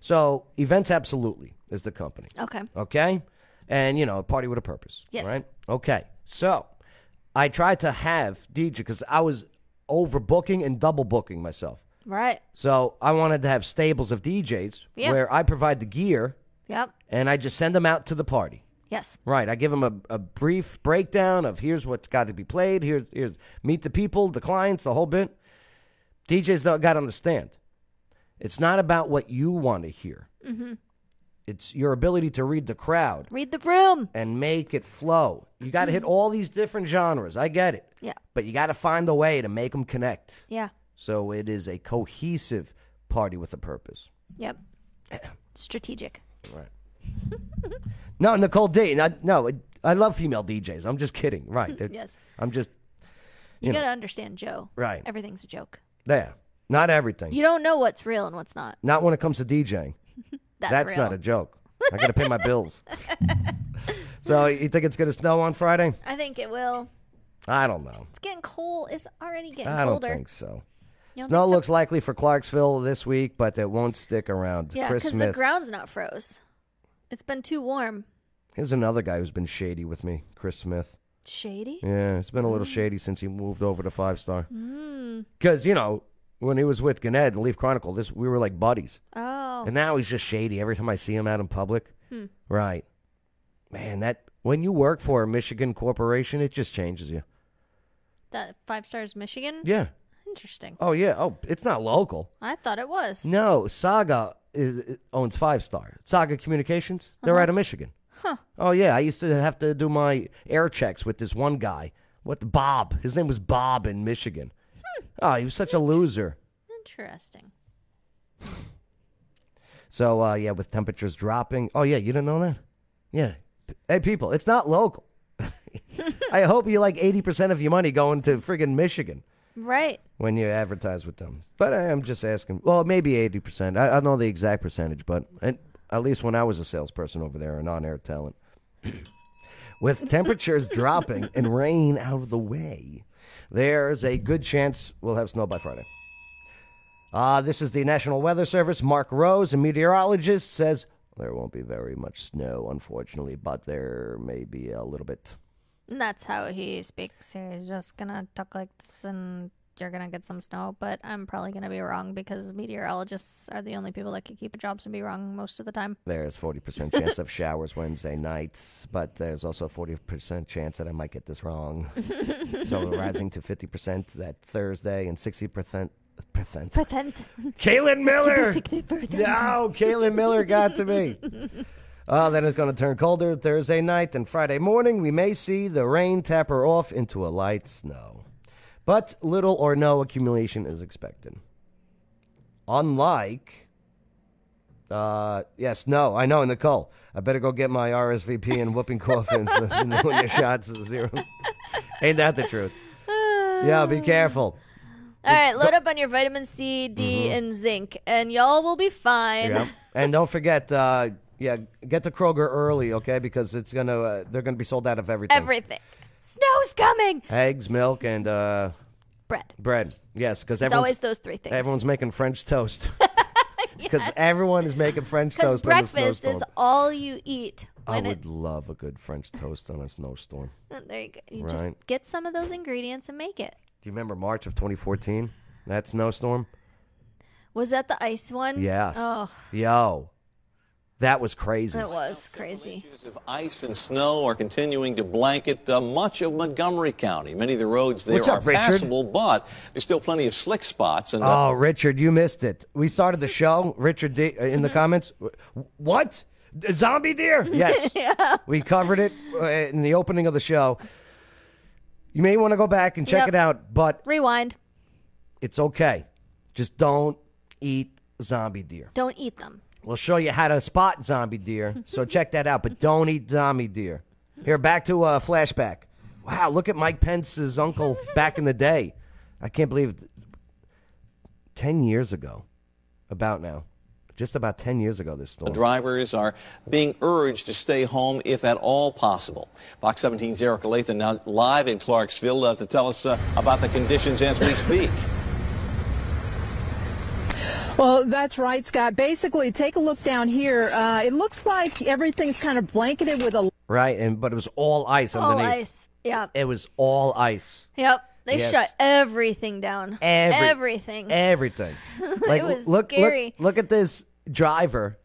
So Events Absolutely is the company.
Okay.
Okay? And, you know, a party with a purpose.
Oh. Yes.
Right? Okay. So I tried to have DJ because I was overbooking and double booking myself.
Right.
So I wanted to have stables of DJs
Yeah.
where I provide the gear
Yep.
and I just send them out to the party.
Yes.
Right. I give them a, a brief breakdown of here's what's got to be played. Here's here's meet the people, the clients, the whole bit. DJs don't got to understand. It's not about what you want to hear.
hmm
It's your ability to read the crowd
Read the room.
and make it flow. You got to hit all these different genres. I get it.
Yeah.
But you got to find a way to make them connect.
Yeah.
So it is a cohesive party with a purpose.
Yep.
Eh.
Strategic.
Right. <laughs> no, Nicole D. No, no, I love female DJs. I'm just kidding.
<laughs>
Right.
Yes.
I'm just.
You,
You know.
gotta understand Joe.
Right.
Everything's a joke.
Yeah. Not everything.
You don't know what's real and what's not. <laughs>
not when it comes to DJing.
That's real. <laughs>
not a joke. I got to pay my bills. so you think it's going to snow on Friday?
I think it will.
I don't know.
It's getting cold. It's already getting
I don't
colder.
think so.
You don't
Snow
think so?
looks likely for Clarksville this week, but it won't stick around.
Yeah,
Chris
because
Smith.
the ground's not froze. It's been too warm.
Here's another guy who's been shady with me, Chris Smith.
Shady.
Yeah, it's been a little shady since he moved over to Five Star.
Mm.
Because, you know, when he was with Gannett and Leaf Chronicle, this we were like buddies.
Oh.
And now he's just shady every time I see him out in public.
Hmm.
Right. Man, that when you work for a Michigan corporation, it just changes you.
That five stars Michigan.
Yeah.
Interesting.
Oh yeah. Oh, it's not local.
I thought it was.
No, Saga is, owns Five Star. Saga Communications. They're
Uh-huh.
out of Michigan.
Huh.
Oh yeah, I used to have to do my air checks with this one guy. What Bob? His name was Bob in Michigan.
Hmm.
Oh, he was such a loser.
Interesting.
So uh, yeah, with temperatures dropping. Oh yeah, you didn't know that? Yeah. Hey people, it's not local. <laughs> I hope you like eighty percent of your money going to friggin' Michigan
Right.
when you advertise with them. But I, am just asking. Well, maybe eighty percent. I, I don't know the exact percentage, but and at least when I was a salesperson over there, an on-air talent. <coughs> With temperatures <laughs> dropping and rain out of the way, there's a good chance we'll have snow by Friday. Uh, this is the National Weather Service. Mark Rose, a meteorologist, says there won't be very much snow, unfortunately, but there may be a little bit.
And that's how he speaks. He's just gonna talk like this, and you're gonna get some snow. But I'm probably gonna be wrong because meteorologists are the only people that can keep jobs and be wrong most of the time.
There's 40% chance of showers Wednesday nights, but there's also a 40% chance that I might get this wrong. <laughs> so we're rising to 50% that Thursday and 60% percent.
<laughs> Pretend. <laughs>
Kaylin Miller! No, Kaylin Miller got to
<laughs>
me. Uh, then it's going to turn colder Thursday night and Friday morning. We may see the rain taper off into a light snow. But little or no accumulation is expected. Unlike. Uh, yes, no, I know, Nicole. I better go get my RSVP and whooping <laughs> cough and so- and when your shots is zero. <laughs> Ain't that the truth? Yeah, be careful.
All right, load up on your vitamin C, D,
Mhm.
and zinc, and y'all will be fine.
Yeah. And don't forget, uh, yeah, get to Kroger early, okay? Because it's gonna uh, they're gonna be sold out of everything.
Everything. Snow's coming.
Eggs, milk, and uh,
Bread.
Bread. Yes, because
It's
everyone's
always those three things.
Everyone's making French
<laughs>
toast. <laughs> Because everyone is making French
Because
toast. on the
breakfast is
snowstorm.
all you eat.
I
When
would love a good French toast on a snowstorm.
it, Uh, there you go. You just
Right.
get some of those ingredients and make it.
Do you remember March of 2014? That snowstorm.
Was that the ice one?
Yes.
Oh,
Yo, that was crazy.
that was crazy.
of ice and snow are continuing to blanket uh, much of Montgomery County. Many of the roads there
What's up,
are
Richard?
passable, but there's still plenty of slick spots. And uh,
Oh, Richard, you missed it. We started the show. Richard D, uh, in the
Mm-hmm.
comments, "Wh- what? D- Zombie deer? Yes.
<laughs> Yeah.
We covered it uh, in the opening of the show. You may want to go back and check
Yep.
it out, but
Rewind.
it's okay. Just don't eat zombie deer.
Don't eat them.
We'll show you how to spot zombie deer.
<laughs>
So check that out, but don't eat zombie deer. Here, back to uh, flashback. Wow, look at Mike Pence's
<laughs>
uncle back in the day. I can't believe 10 years ago, about now. Just about 10 years ago, this
The
storm.
drivers are being urged to stay home if at all possible. Fox 17's Erica Latham now live in Clarksville uh, to tell us uh, about the conditions as we speak.
Well, that's right, Scott. Basically, take a look down here. Uh, it looks like everything's kind of blanketed with a
Right? And But it was all ice
All
underneath.
ice. Yeah.
It was all ice.
Yep. They
Yes.
shut everything down.
Every-
everything. <laughs>
Everything. Like,
it was
look,
scary.
look, look at this driver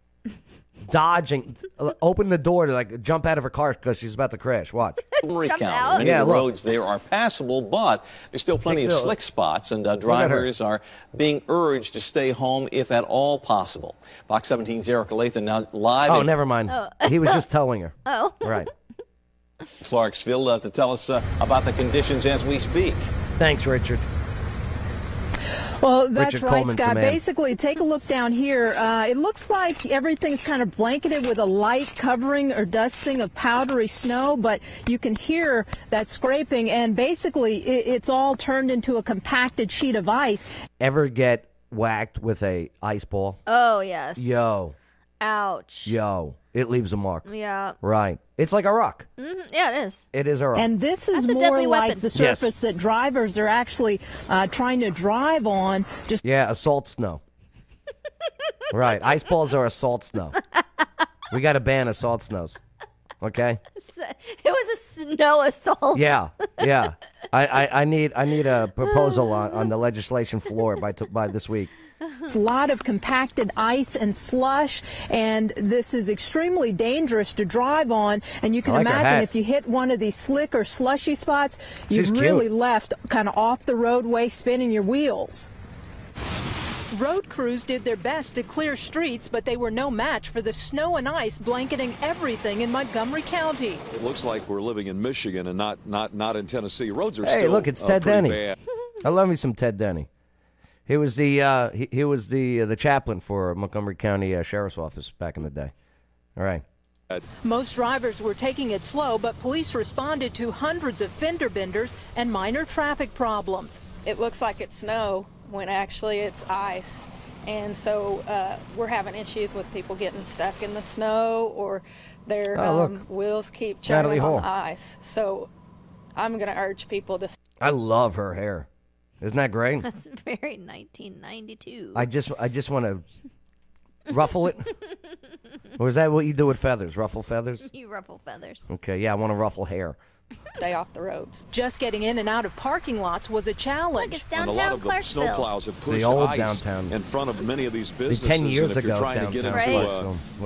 dodging, open the door to like jump out of her car because she's about to crash. Watch.
Montgomery County. Many
Yeah,
of the
look.
roads there are passable, but there's still plenty of
Take the-
slick spots, and uh,
at her.
drivers are being urged to stay home if at all possible. Fox 17's Erica Latham now live.
Oh,
in
never mind.
Oh.
He was just towing her.
<laughs> Oh.
Right.
<laughs> Clarksville uh, to tell us uh, about the conditions as we speak.
Thanks, Richard.
Well, that's
Richard
right,
Coleman's the
Scott.
man.
Basically, take a look down here. Uh, it looks like everything's kind of blanketed with a light covering or dusting of powdery snow, but you can hear that scraping, and basically, it, it's all turned into a compacted sheet of ice.
Ever get whacked with a ice ball?
Oh, yes.
Yo,
Ouch.
yo, it leaves a mark.
Yeah.
Right. It's like a rock.
hmm Yeah, it is.
It is a rock.
And this is
a
more
deadly
like
weapon.
the
Yes.
surface that drivers are actually uh, trying to drive on. <laughs> Just
yeah, assault snow. right. Ice balls are assault snow. We got to ban assault snows. Okay.
It was a snow assault.
Yeah,
<laughs>
yeah. I, I, I need I need a proposal on, on the legislation floor by t- by this week.
It's a lot of compacted ice and slush, and this is extremely dangerous to drive on. And you can
I like her hat.
imagine if you hit one of these slick or slushy spots, you've
She's cute.
really left kind of off the roadway, spinning your wheels. Road crews did their best to clear streets, but they were no match for the snow and ice blanketing everything in Montgomery County.
It looks like we're living in Michigan and not not not in Tennessee. Roads are
Hey,
still
look, it's
uh,
Ted
pretty
Denny.
bad.
I love me some Ted Denny. He was the uh, he, he was the uh, the chaplain for Montgomery County uh, Sheriff's Office back in the day. All right.
Most drivers were taking it slow, but police responded to hundreds of fender benders and minor traffic problems.
It looks like it's snow when actually it's ice. And so uh, we're having issues with people getting stuck in the snow or their
Oh,
um,
look.
wheels keep
Natalie
chugging
Hall.
on the ice. So I'm going to urge people to
I love her hair. Isn't that great?
That's very 1992.
I just I just want to ruffle it. or is that what you do with feathers? Ruffle feathers?
You ruffle feathers.
Okay, yeah, I want to ruffle hair.
Stay off the roads. Just getting in and out of parking lots was a challenge. Look, it's
and a lot of the snowplows have pushed
old
ice
downtown.
in front of many of these
The 10
businesses.
years
and if
ago
you're trying to get into uh,
downtown
a-
Clarksville.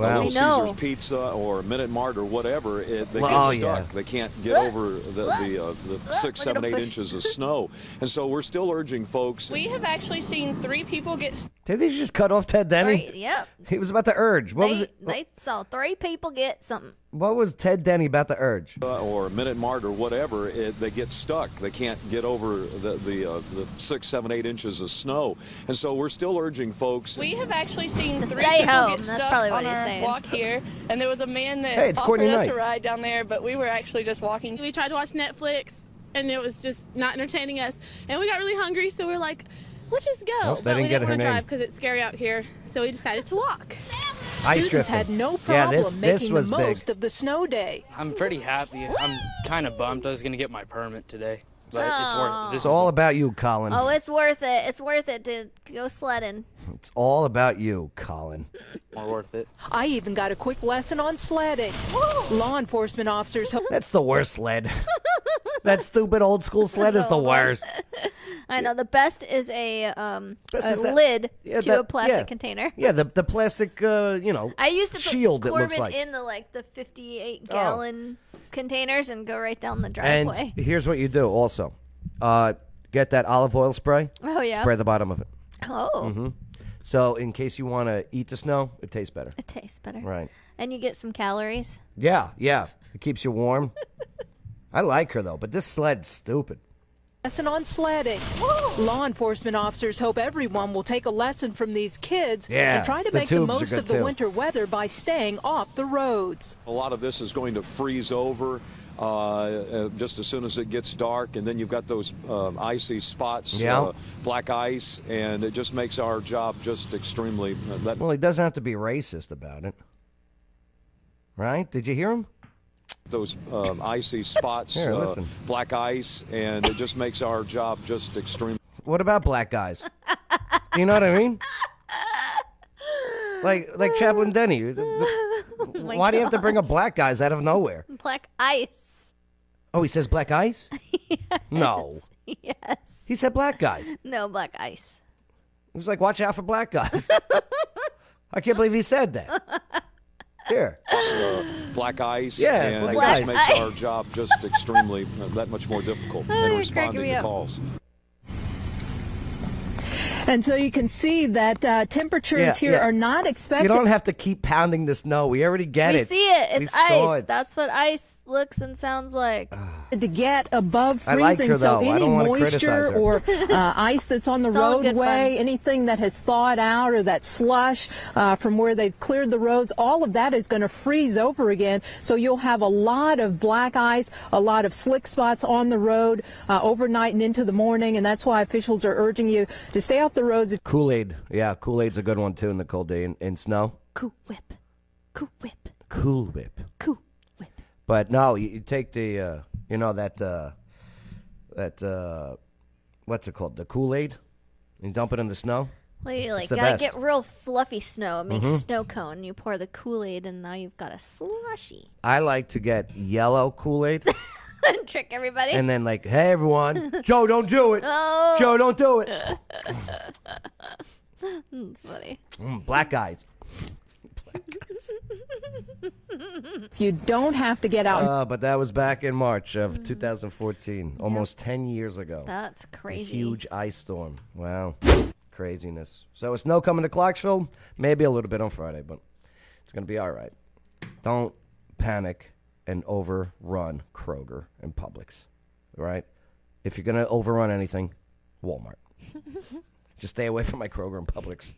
a,
Wow.
Little
We know.
Caesar's Pizza or a Minute Mart or whatever, it, they
Well,
get
oh,
stuck.
yeah.
They can't get over the, the, uh, the six,
Look at
seven, eight
them push- <laughs>
inches of snow. And so we're still urging folks.
We have actually seen three people get
Did they just cut off Ted Denny?
Right, yep.
He was about to urge. What
they,
was it?
They saw three people get something.
What was Ted Denny about to urge?
uh, or a Minute Mart or whatever, it, they get stuck. They can't get over the, the, uh, the six, seven, eight inches of snow. And so we're still urging folks.
We have actually seen
To
three
stay
people
home,
get
that's
stuck
probably what
on
he's
our
saying.
walk here, and there was a man that
Hey, it's
offered
Courtney
us
Knight.
a ride down there, but we were actually just walking.
We tried to watch Netflix, and it was just not entertaining us. And we got really hungry, so we were like, let's just go.
Nope, they
but
didn't
we
get
didn't
her
want to
name.
drive because it's scary out here, so we decided to walk.
Ice
Students
drifting.
had no problem
yeah, this,
making
this was
the
big.
most of the snow day.
I'm pretty happy. I'm kind of bummed. I was gonna get my permit today, but it's worth. This
It's all about you, Colin.
Oh, it's worth it. It's worth it to go sledding.
It's all about you, Colin.
more worth it.
I even got a quick lesson on sledding. Law enforcement officers
<laughs>
hope
That's the worst sled. <laughs> that stupid old school sled is the worst.
I know the best is a um
This
a
is that-
lid
yeah,
to
that-
a plastic
yeah.
container.
Yeah, the the plastic, uh, you know,
<laughs> I used to put
shield.
Corbin
it looks like. Oh.
in the like the 58 gallon containers and go right down the driveway.
And here's what you do also. Uh, get that olive oil spray.
Oh, yeah.
Spray the bottom of it.
Oh.
hmm So in case you want to eat the snow, it tastes better.
It tastes better.
Right.
And you get some calories. <laughs>
Yeah, yeah. It keeps you warm. I like her though, but this sled's stupid.
lesson on sledding. Law enforcement officers hope everyone will take a lesson from these kids
Yeah,
and try to
the
make the
tubes are
most
good
of the
too.
winter weather by staying off the roads.
A lot of this is going to freeze over uh, uh, just as soon as it gets dark, and then you've got those uh, icy spots,
Yeah.
uh, black ice, and it just makes our job just extremely. Uh, that
Well, he doesn't have to be racist about it. Right? Did you hear him?
those um,
<laughs>
icy spots,
Here,
uh,
listen.
black ice, and it just makes our job just extremely.
What about black guys?
<laughs>
Do you know what I mean? Like like Chaplain Denny.
<laughs>
th- th-
Oh my
Why do you have to bring up black guys out of nowhere?
<laughs> Black ice.
Oh, he says black
<laughs>
eyes? No.
Yes.
He said black guys.
<laughs> No black ice.
He was like, watch out for black
<laughs>
guys. I can't believe he said that. Here.
uh, black ice,
Yeah,
and
black
it just
ice.
makes
<laughs>
our job just extremely uh, that much more difficult
Oh,
in
you're cracking
responding
me
to
up.
calls.
And so you can see that uh, temperatures
Yeah,
here
yeah.
are not expected.
You don't have to keep pounding the snow. We already get
we
it.
see it. It's
we saw
ice.
it. Ah,
That's what ice looks and sounds like.
to get above
I
freezing.
like her,
so
though. I
any
don't wanna criticize
moisture
her.
or uh, ice that's
<laughs>
on the
It's all good
roadway, anything that has thawed out or that slush uh, from where they've cleared the roads, all of that is going to freeze over again. So you'll have a lot of black ice, a lot of slick spots on the road uh, overnight and into the morning, and that's why officials are urging you to stay off the roads. if
Kool Aid. Yeah, Kool Aid's a good one too in the cold day. And, and snow.
Cool whip. Cool whip.
Cool Whip.
Cool
Whip. But no, you, you take the uh, you know that uh, that uh, what's it called? The Kool Aid. You dump it in the snow.
Well, you like
It's the
gotta
best.
get real fluffy snow. It makes
Mhm.
snow cone. You pour the Kool Aid, and now you've got a slushy.
I like to get yellow Kool Aid
<laughs> Trick everybody.
and then like, hey
<laughs>
everyone, Joe, don't do it.
Oh.
Joe, don't do
<laughs>
it.
That's funny. <laughs>
Mm, black eyes.
You don't have to get out.
Uh, but that was back in March of 2014, almost 10 years ago.
Mm. That's crazy.
A huge ice storm. Wow. Craziness. So it's snow coming to Clarksville. Maybe a little bit on Friday, but it's going to be all right. Don't panic and overrun Kroger and Publix. All right? If you're going to overrun anything, Walmart. Just stay away from my Kroger and
<laughs>
Publix.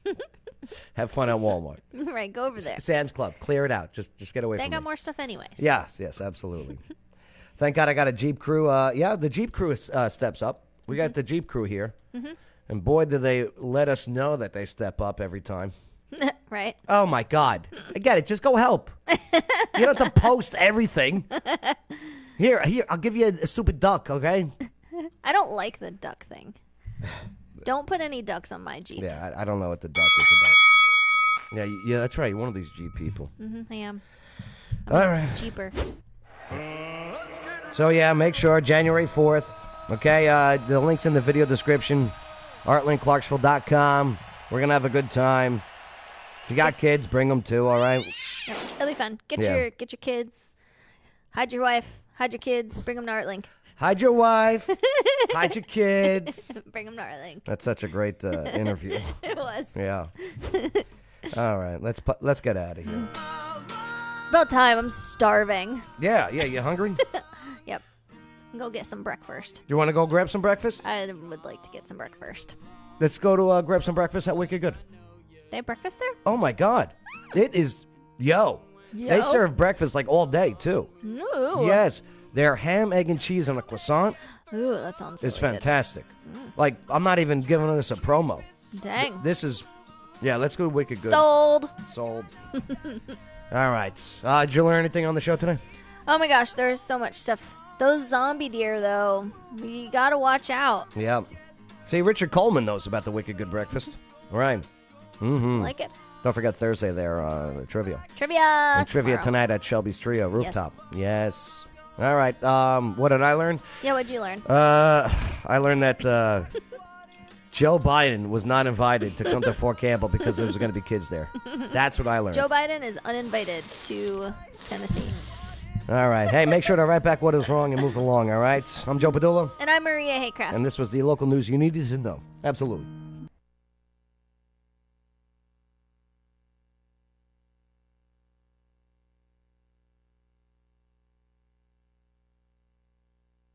Have fun at Walmart.
<laughs> right, go over there.
S- Sam's Club. Clear it out. Just just get away
They
from
got
me.
more stuff, anyways.
Yes, yes, absolutely. Thank God I got a Jeep crew. Uh, yeah, the Jeep crew is, uh, steps up. We
Mm-hmm.
got the Jeep crew here.
Mhm.
And boy, do they let us know that they step up every time.
<laughs> right. <laughs>
Oh my God. I get it. Just go help. you don't have
<laughs>
to post everything. Here, here, I'll give you a, a stupid duck, okay?
I don't like the
<sighs>
duck thing. Don't put any ducks on my Jeep.
Yeah, I, I don't know what the duck is about. Yeah, y- yeah, that's right. You're one of these Jeep people.
hmm I am.
All right.
Jeeper.
So yeah, make sure January 4th. Okay, uh, the link's in the video description. ArtlandClarksville.com. We're gonna have a good time. If you got kids, bring them too. All right.
Yeah, it'll be fun. Get
Yeah.
your get your kids. Hide your wife. Hide your kids. Bring them to Artlink.
Hide your wife. hide your kids.
<laughs> Bring them to Artlink.
That's such a great uh, interview.
<laughs> it was.
Yeah. All right. Let's pu- let's get out of here.
It's about time. I'm starving.
Yeah. Yeah. You hungry?
Yep. Go get some breakfast.
You want to go grab some breakfast?
I would like to get some breakfast.
Let's go to uh, grab some breakfast at Wicked Good.
They have breakfast there?
Oh my God. It is yo.
Yo.
They serve breakfast like all day too.
Ooh.
Yes, their ham, egg, and cheese on a croissant
Ooh, that sounds
is
really good. Mm.
fantastic. Like I'm not even giving this a promo.
Dang.
This is, yeah. Let's go wicked good.
Sold.
Sold. <laughs> All right. Uh, did you learn anything on the show today?
Oh my gosh, there's so much stuff. Those zombie deer, though, you gotta watch out.
Yeah. See, Richard Coleman knows about the wicked good breakfast. All right. Mm-hmm.
Like it.
Don't forget Thursday there uh, trivia.
Trivia.
and trivia
Uh, tomorrow.
tonight at Shelby's Trio rooftop. Yes. All right. Um, what did I learn?
Yeah, what'd you learn?
Uh, I learned that
<laughs>
uh, Joe Biden was not invited to come to Fort Campbell because there was going to be kids there. That's what I learned.
Joe Biden is uninvited to Tennessee.
all right. Hey, make sure to write back what is wrong and move along. All right. I'm Joe Padula,
And I'm Maria Haycraft.
and this was the local news you needed to know. Absolutely.